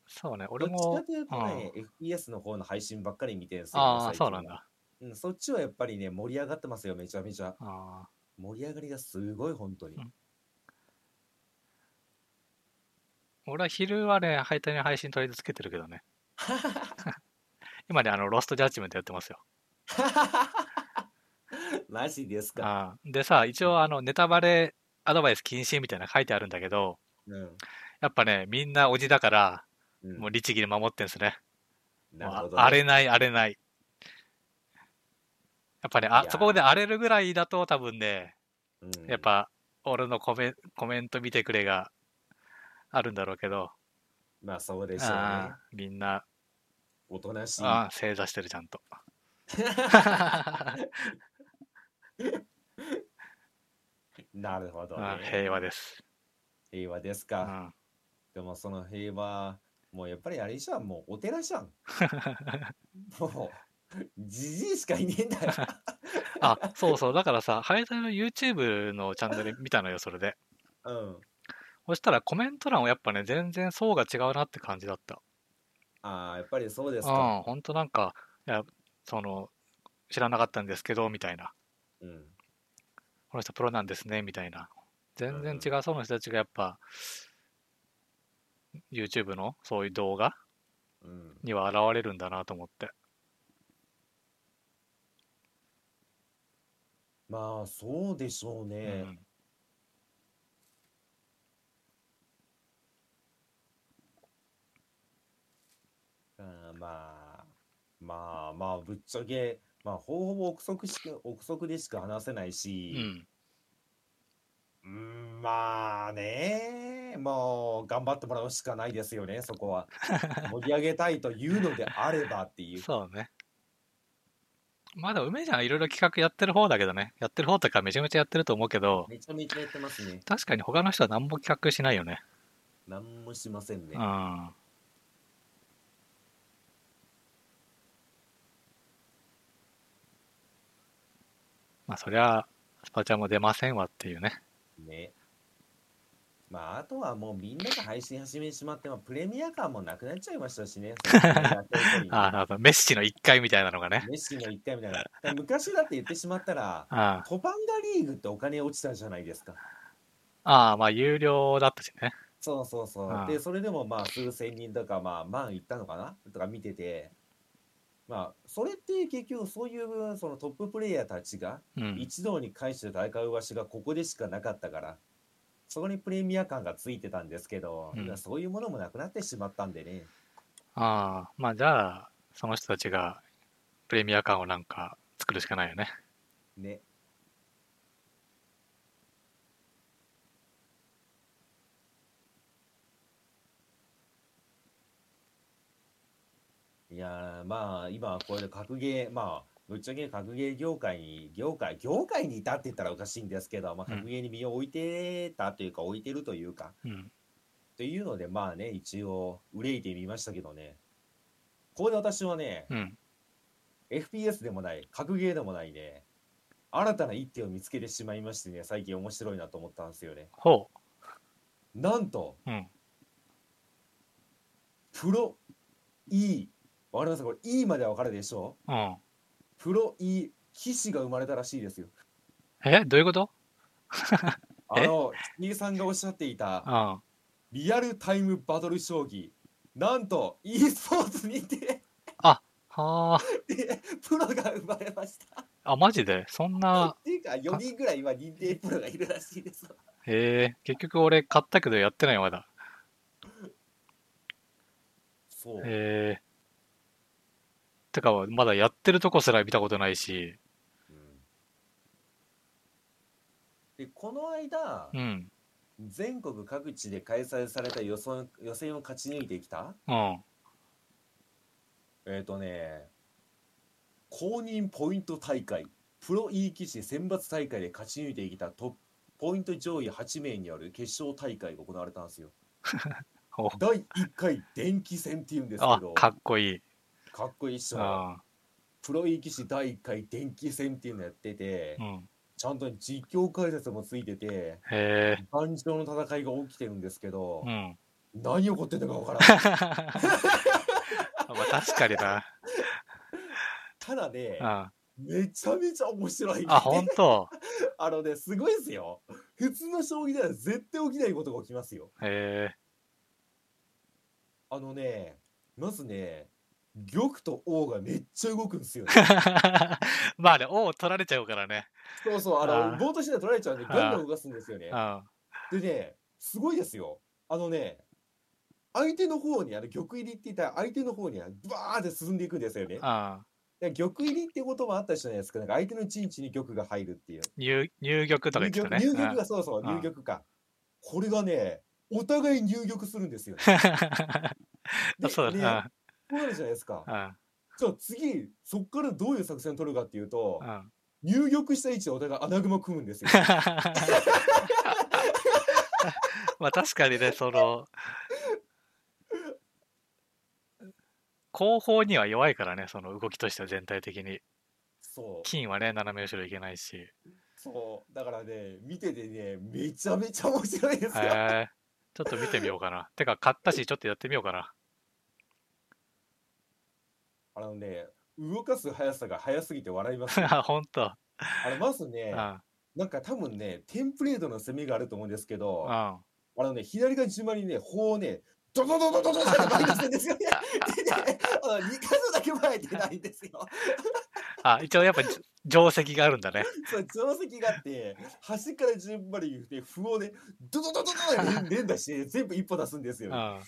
そうね、
ど
俺
っちか
も
というとね、FPS の方の配信ばっかり見てるんですよ、
ああ、
最近
そ
は
うなんだ。
うん、そっちはやっぱりね、盛り上がってますよ、めちゃめちゃ。
あ
盛り上がりがすごい、本当に
う。んー俺は昼はね、配達に配信取り続けてるけど ね。今ね、あの、ロストジャッジメントやってますよ。
マジですか。
あーでさ、一応、あの、ネタバレアドバイス禁止みたいなの書いてあるんだけど、
うん。
やっぱね、みんなおじだから、
うん
もう律儀に守ってんすね。
なるほど、
もうあ荒れない、荒れない。やっぱね、あ
いやー
そこで荒れるぐらいだと多分ね、
うん
やっ。ぱ、俺のコメコメント見てくれがあるんだろうけど、
まあ、そうでしょうね
あ。ーみんな、
おとなしい。
あー正座してる、ちゃん と。
なるほど、
うん
ね。
平和です。
平和です
う
か。
ん、
でも、その平和、もうやっぱりあれじゃん、もうお寺じゃ ん。もう、じじいしかいねえんだよ。
あそうそうだからさハエタの YouTube のチャンネル見たのよそれで
うん。
そしたらコメント欄をやっぱね全然層が違うなって感じだった
ああ、やっぱりそうですか。
うんほんとなんかいやその知らなかったんですけどみたいな
うん。
この人プロなんですねみたいな全然違う層の人たちがやっぱ YouTube のそういう動画
うん。
には現れるんだなと思って
まあ、そうでしょうね。
うん
うんまあまあまあぶっちゃけまあ、ほぼほぼ憶測しか憶測でしか話せないうし、
ん。
うーん、まあね、もう頑張ってもらうしかないですよね、そこは。盛り上げたいというのであればっていう。
そうね。まあでも梅ちゃんいろいろ企画やってる方だけどね。やってる方とかめちゃめちゃやってると思うけど、
めちゃめちゃやってますね。
確かに他の人は何も企画しないよね。
何もしませんね
う。ん。まあそりゃ、スパチャも出ませんわっていうね。
ね。まあ、あとはもうみんなが配信始めてしまって、まあ、プレミア感もなくなっちゃいましたしね。そのプレミアやってる人に
ああ、なるほどメッシの1回みたいなのがね。
メッシの1回みたいな。だから昔だって言ってしまったら、
あ
コパンガリーグってお金落ちたじゃないですか。
あー、まあ有料だったしね。
そうそうそう。
ああ
で、それでもまあ数千人とか、まあ万いったのかなとか見てて、まあ、それって結局そういうそのトッププレイヤーたちが
うん。
一堂に会して戦う場所がここでしかなかったから、そこにプレミア感がついてたんですけど、
うん
今そういうものもなくなってしまったんでね。
ああ、まあじゃあ、その人たちがプレミア感をなんか作るしかないよね。
ね。いやーまあ今これで格ゲーまあぶっちゃけ格ゲー業界に業界業界にいたって言ったらおかしいんですけど、まあ、
うん
格ゲーに身を置いてたというか置いてるというか
うん。
というのでまあね一応憂いてみましたけどねここで私はね、
うん。
FPS でもない格ゲーでもないね新たな一手を見つけてしまいましてね最近面白いなと思ったんですよね
ほ
なんと
う。うん。
プロ E わかりますこれ E まではわかるでしょ
うん。
うプロ E 騎士が生まれたらしいですよ
えどういうこと
あの桐さんがおっしゃっていた
うん。
リアルタイムバトル将棋なんと e スポーツにて
は
プロが生まれました
あ。あ、マジでそんな
っ、ていうか4人ぐらい今認定プロがいるらしいですわ
ええ結局俺買ったけどやってないまだ。
そう
ええてか、まだやってるとこすら見たことないし。
でこの間、
うん。
全国各地で開催された予想予選を勝ち抜いてきた
うん。
えっ、とね公認ポイント大会プロ E 棋士選抜大会で勝ち抜いてきたトップポイント上位8名による決勝大会が行われたんですよ
お
第1回電気戦っていうんですけ
あ、
ど
かっこいい。
かっこいいっし
う
ょ
ん。
プロ E 棋士第1回電気戦っていうのやってて
うん。
ちゃんと実況解説もついてて
へえ
盤上の戦いが起きてるんですけど、
うん。
何起こってんのかわからない
まあ確かにな。
ただね
うん。
めちゃめちゃ面白い、
あ、ほんと。
あのねすごいですよ普通の将棋なら絶対起きないことが起きますよ
へ
あのねまずね玉と王がめっちゃ動くん ですよ、ね、
え まあね、王取られちゃうからね。
そうそうあの
あー
ボートして取られちゃうんでガンガン動かすんですよね
うん。
でねすごいですよあのね相手の方にあの玉入りって言ったら相手の方にはバーって進んでいくんですよね
うん。
で玉入りってこともあったじゃないですかなんか相手の陣地に玉が入るっていう
入入玉とか言ってたね。
入玉入
うん
玉がそうそう
ああ
入玉かこれがねお互い入玉するんですよ で
そう
ね
だ
こうなるじゃないですか
な。
じゃあ次そこからどういう作戦を取るかっていうと
うん。 うん。
入玉した位置でお互い穴熊組む んですよ
まあ確かにね、その、後方には弱いからね、その動きとしては全体的に。
そう
金はね、斜め後ろいけないし。
そうだからね見ててねめちゃめちゃ面白いですよ、
へえちょっと見てみようかな。てか、買ったし、ちょっとやってみようかな。
あのね動かす速さが速すぎて笑います よ
あ、ほんと。
あれまず
う
ね
ん。う
なんか多分ねテンプレートの攻めがあると思うんですけど
ん。
あのね、左が順番にね、砲をね、ドドドドドドドって前に出すんですよね。 でね、あの2箇所だけ前に出ないんですよ。
あ、一応やっぱ、じ定石があるんだね。
そう、定石があって、端から順番に言って、歩をね、ドドドドドって連打して、全部一歩出すんです
うん。
よ、ね。
あ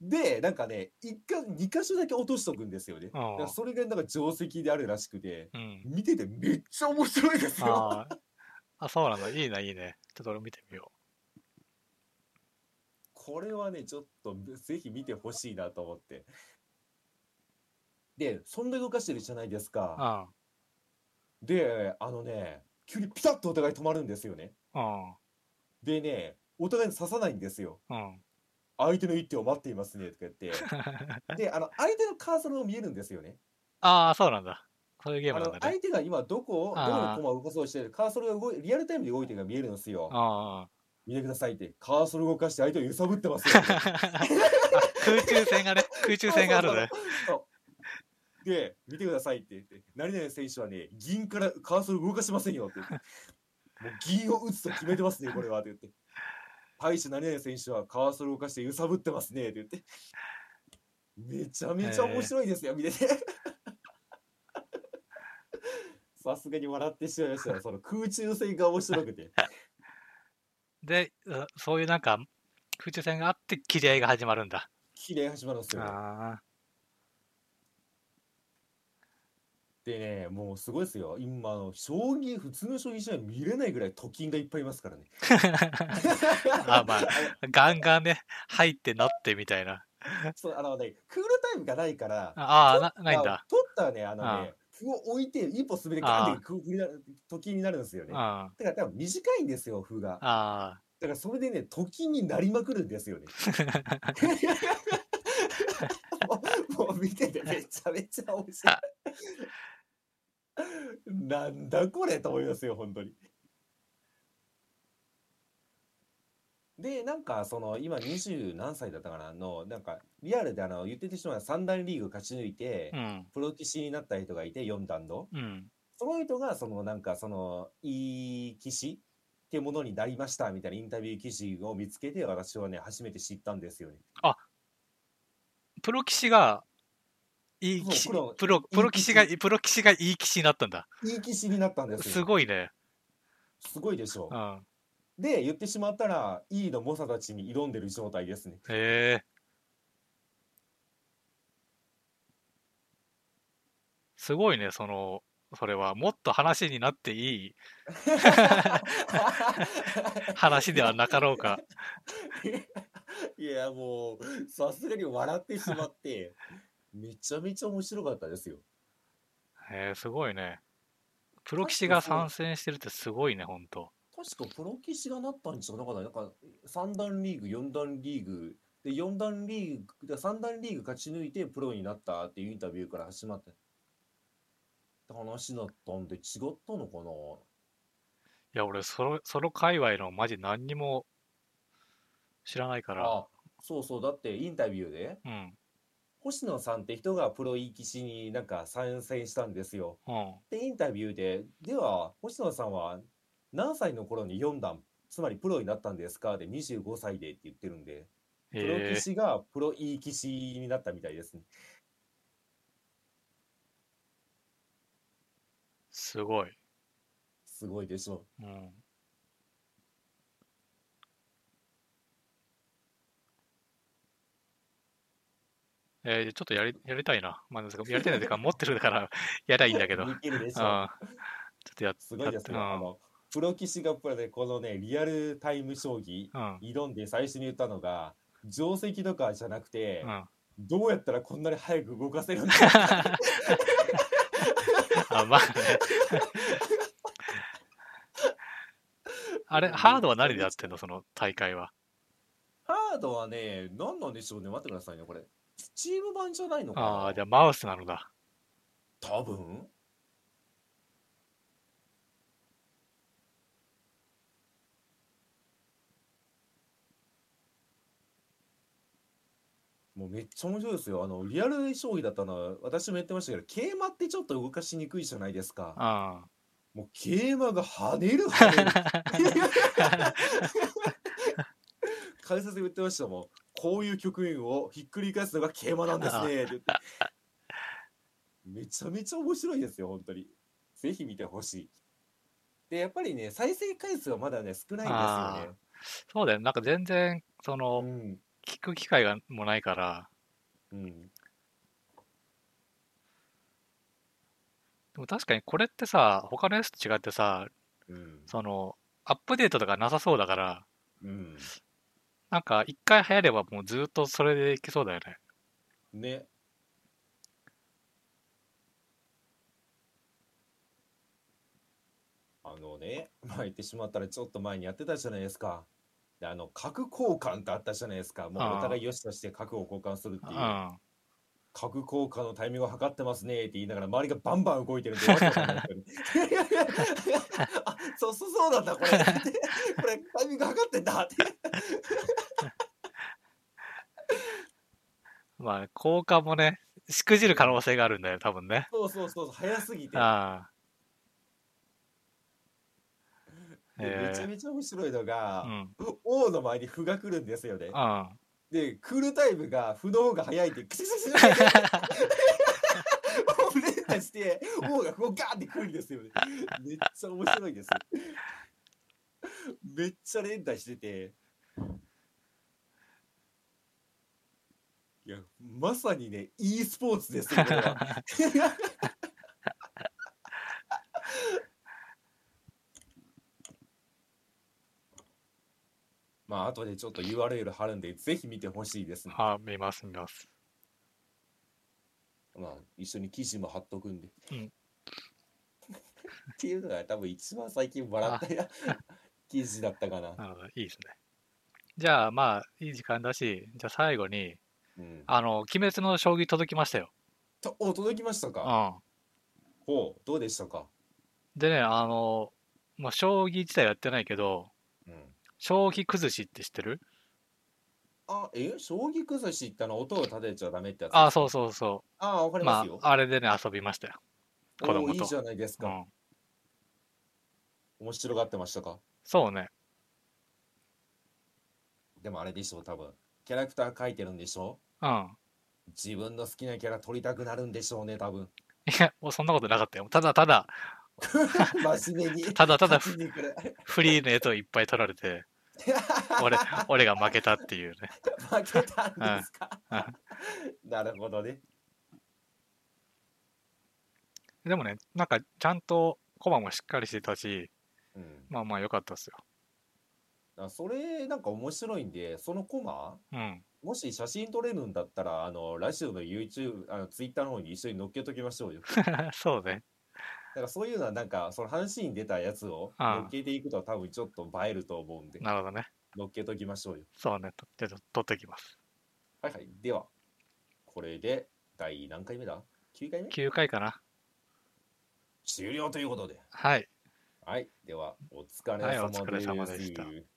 で、なんかね、一か、二箇所だけ落としとくんですよね。
ああ
だからそれがなんか定石であるらしくて、
うん。
見ててめっちゃ面白いですよ。
あーあ、そうなんだ。いいな、いいね。ちょっと俺見てみよ
これはね、ちょっとぜひ見てほしいなと思って。で、そんな動かしてるじゃないです
う。
か。
あ
で、あのね、急にピタッとお互い止まるんですよね。
あ、
でね、お互いに刺さないんですよ。
うん。うん。
相手の一手を待っていますね、と か言って。で、あの、相手のカーソルも見えるんですよね。
ああ、そうなんだ。そういうゲー
あ
ムな
の
んだね。
相手が今どこをどこ
あ
の
ー
駒を動かそうとしてるカーソルが動いリアルタイムで動いてるのが見えるんですよ。
あ
見てくださいってカーソル動かして相手を揺さぶってますよ、
あ。空中戦 がね、空中戦があるね。
そうで見てくださいって言って何々選手はね銀からカーソル動かしませんよって言ってもう銀を打つと決めてますねこれはって言って対して何々選手はカーソル動かして揺さぶってますねって言ってめちゃめちゃ面白いですよ、見て てさすがに笑ってしまいましたよその空中戦が面白くて
で、うそういうなんか、空中戦があって、切り合いが始まるんだ。
綺麗始まるんですよ
あ
でね、もうすごいですよ。今、あの将棋、普通の将棋じゃ見れないぐらいと金がいっぱいいますからね。
あ まああ。ガンガンね、入ってなってみたいな。
そう、あのね、クールタイムがないから、
ああ、なないんだ。
あ取ったらね、あの
ああ
ね、歩を置いて、一歩進めてガンって空振りなと金になるんですよね。
うん。
だか
あ
ら多分短いんですよ、歩が。だ
あ。
からそれでね、と金になりまくるんです よね。もうもう見ててめちゃめちゃ面白い。なんだこれと思いますよ本当に。でなんかその今二十何歳だったかなのなんかリアルであの言っててしまう三段リーグ勝ち抜いて、
うん。
プロ棋士になった人がいて四段の
うん。
その人がそのなんかそのいい棋士ってものになりましたみたいなインタビュー記事を見つけて私はね初めて知ったんですよね。
プロ棋士が、いい棋士、
そうプロ
プロ、プロ棋士が、プロ棋士がいい棋士になったんだ。
いい棋士になったんですよ。
すごいね。
すごいでしょ
う。ん。
で言ってしまったら E の猛者たちに挑んでる状態ですね。
へえ。すごいね、その、それは、もっと話になっていい話ではなかろう か。
いやもうさすがに笑ってしまってめちゃめちゃ面白かったですよ。
へえ、すごいね。プロ棋士が参戦してるってすごいね、ほんと。
確かプロ棋士がなったんじゃなかったなんか3段リーグ4段リーグで4段リーグで3段リーグ勝ち抜いてプロになったっていうインタビューから始まってって話だったんで違ったのかない
や、俺、ソロ、ソロ界隈のマジ何にも知らないから。
あそうそうだってインタビューで
うん。
星野さんって人がプロ棋士になんか参戦したんですよ。
うん。
でインタビューで「では星野さんは何歳の頃に4段つまりプロになったんですか?」で25歳でって言ってるんでプロ
へ
棋
え。
士がプロいい棋士になったみたいですね。
すごい。
すごいでしょ。
うん。えーちょっとやり、やりたいな。まあ、なんですかやりたいなって いうか、持ってるから、やりゃいいんだけど。うん。ち
できるでし
ょ
ょ。
っとやっ
すごいですね。
や
あ
っ
のプロ棋士がプロでこのねリアルタイム将棋
うん。うん。
挑んで最初に言ったのが定石とかじゃなくて、
うん。
どうやったらこんなに早く動かせるん だ
あ、まあね。あれ、ハードは何でやってんのその大会は。
ハードはね、何なんでしょうね。待ってくださいね、これ。スチーム版じゃないのかな
ああ、じゃあマウスなのだ。
多分もうめっちゃ面白いですよ。あの、リアル将棋だったのは、私もやってましたけど、桂馬ってちょっと動かしにくいじゃないですか。
うん。
もう桂馬が跳ねる跳ねる。解説で言ってましたもん。こういう局面をひっくり返すのが桂馬なんですねって言って。めちゃめちゃ面白いですよ、本当に。ぜひ見てほしい。で、やっぱりね、再生回数はまだね、少ないんですよね。
そうだよね。なんか全然、その、
うん、
聞く機会がもうないから
うん。
でも確かにこれってさ他のやつと違ってさ
うん。
そのアップデートとかなさそうだから
うん。
なんか一回流行ればもうずっとそれでいけそうだよね
ね。あのね、まあ言ってしまったらちょっと前にやってたじゃないですか。で、あの、核交換ってあったじゃないですか。も
あ
う
あ
お互い良しとして核を交換するっ
う
て
ん
いう。核交換のタイミングを測ってますねって言いながら周りがバンバン動 いてるんでわけわかんないですよねあそうそうそうなんだこれこれタイミング測ってんだって
まあ効果もねしくじる可能性があるんだよ多分ね
そうそうそう早すぎて
ああ
で
へ
めちゃ
え
めちゃ面白いの
う
が、
ん
王の前に歩が来るんですよね
うん
でクールタイムが歩の方が早いってクシクシクシクシを連打して王が歩をガーって来るんですよねめっちゃ面白いですめっちゃ連打してていやまさにね e スポーツですよこれは まあ後でちょっと URL 貼るんでぜひ見てほしいですね
あ見ます見ます
まあ、一緒に記事も貼っとくんで。
うん
っていうのが多分一番最近笑ったや 記事だったかな。
なるほどいいですねじゃあまあいい時間だしじゃあ最後に
うん、
あの「鬼滅の将棋」届きましたよ、
とお届きました
う
か。
ん、
ほうどうでしたか。
でねあの、まあ、将棋自体はやってないけど
うん、
将棋崩しって知ってる
あえ将棋崩しってあの音を立てちゃダメってやつ
あそう
う。
そうそ
あわか
う
り
ま
ますよ。
ああれでね遊びましたよ、子供と
おーいいじゃないです
う
か。
ん、
面白がってましたか。
そうね
でもあれでしょう多分。キャラクター描いてるんでしょ
うん
う。自分の好きなキャラ取りたくなるんでしょうね 多分。
いやもうそんなことなかったよただただ
真面目に。
ただただ
勝ちに来る
フリーのやつをいっぱい取られて俺俺が負けたっていうね
負けたんですか
うん。
なるほどね。
でもねなんかちゃんとコマもしっかりしてたし
うん。
まあまあ良かったっすよ
あそれなんか面白いんで、そのコマ、
うん
もし写真撮れるんだったら、あの、ラジオの YouTube、あの、Twitter の方に一緒に載っけときましょうよ。 だ
そうね
からそういうのはなんか、その話に出たやつを
ああ
載っけていくと多分ちょっと映えると思うんで、
なるほどね
載っけときましょうよ。
そうねとじゃあ取ってきます
はいはい。では、これで第何回目だ ?9 回目
9回かな
終了ということで。
はい
はい。では、お疲れ
はい
様
お疲れ様で
です
した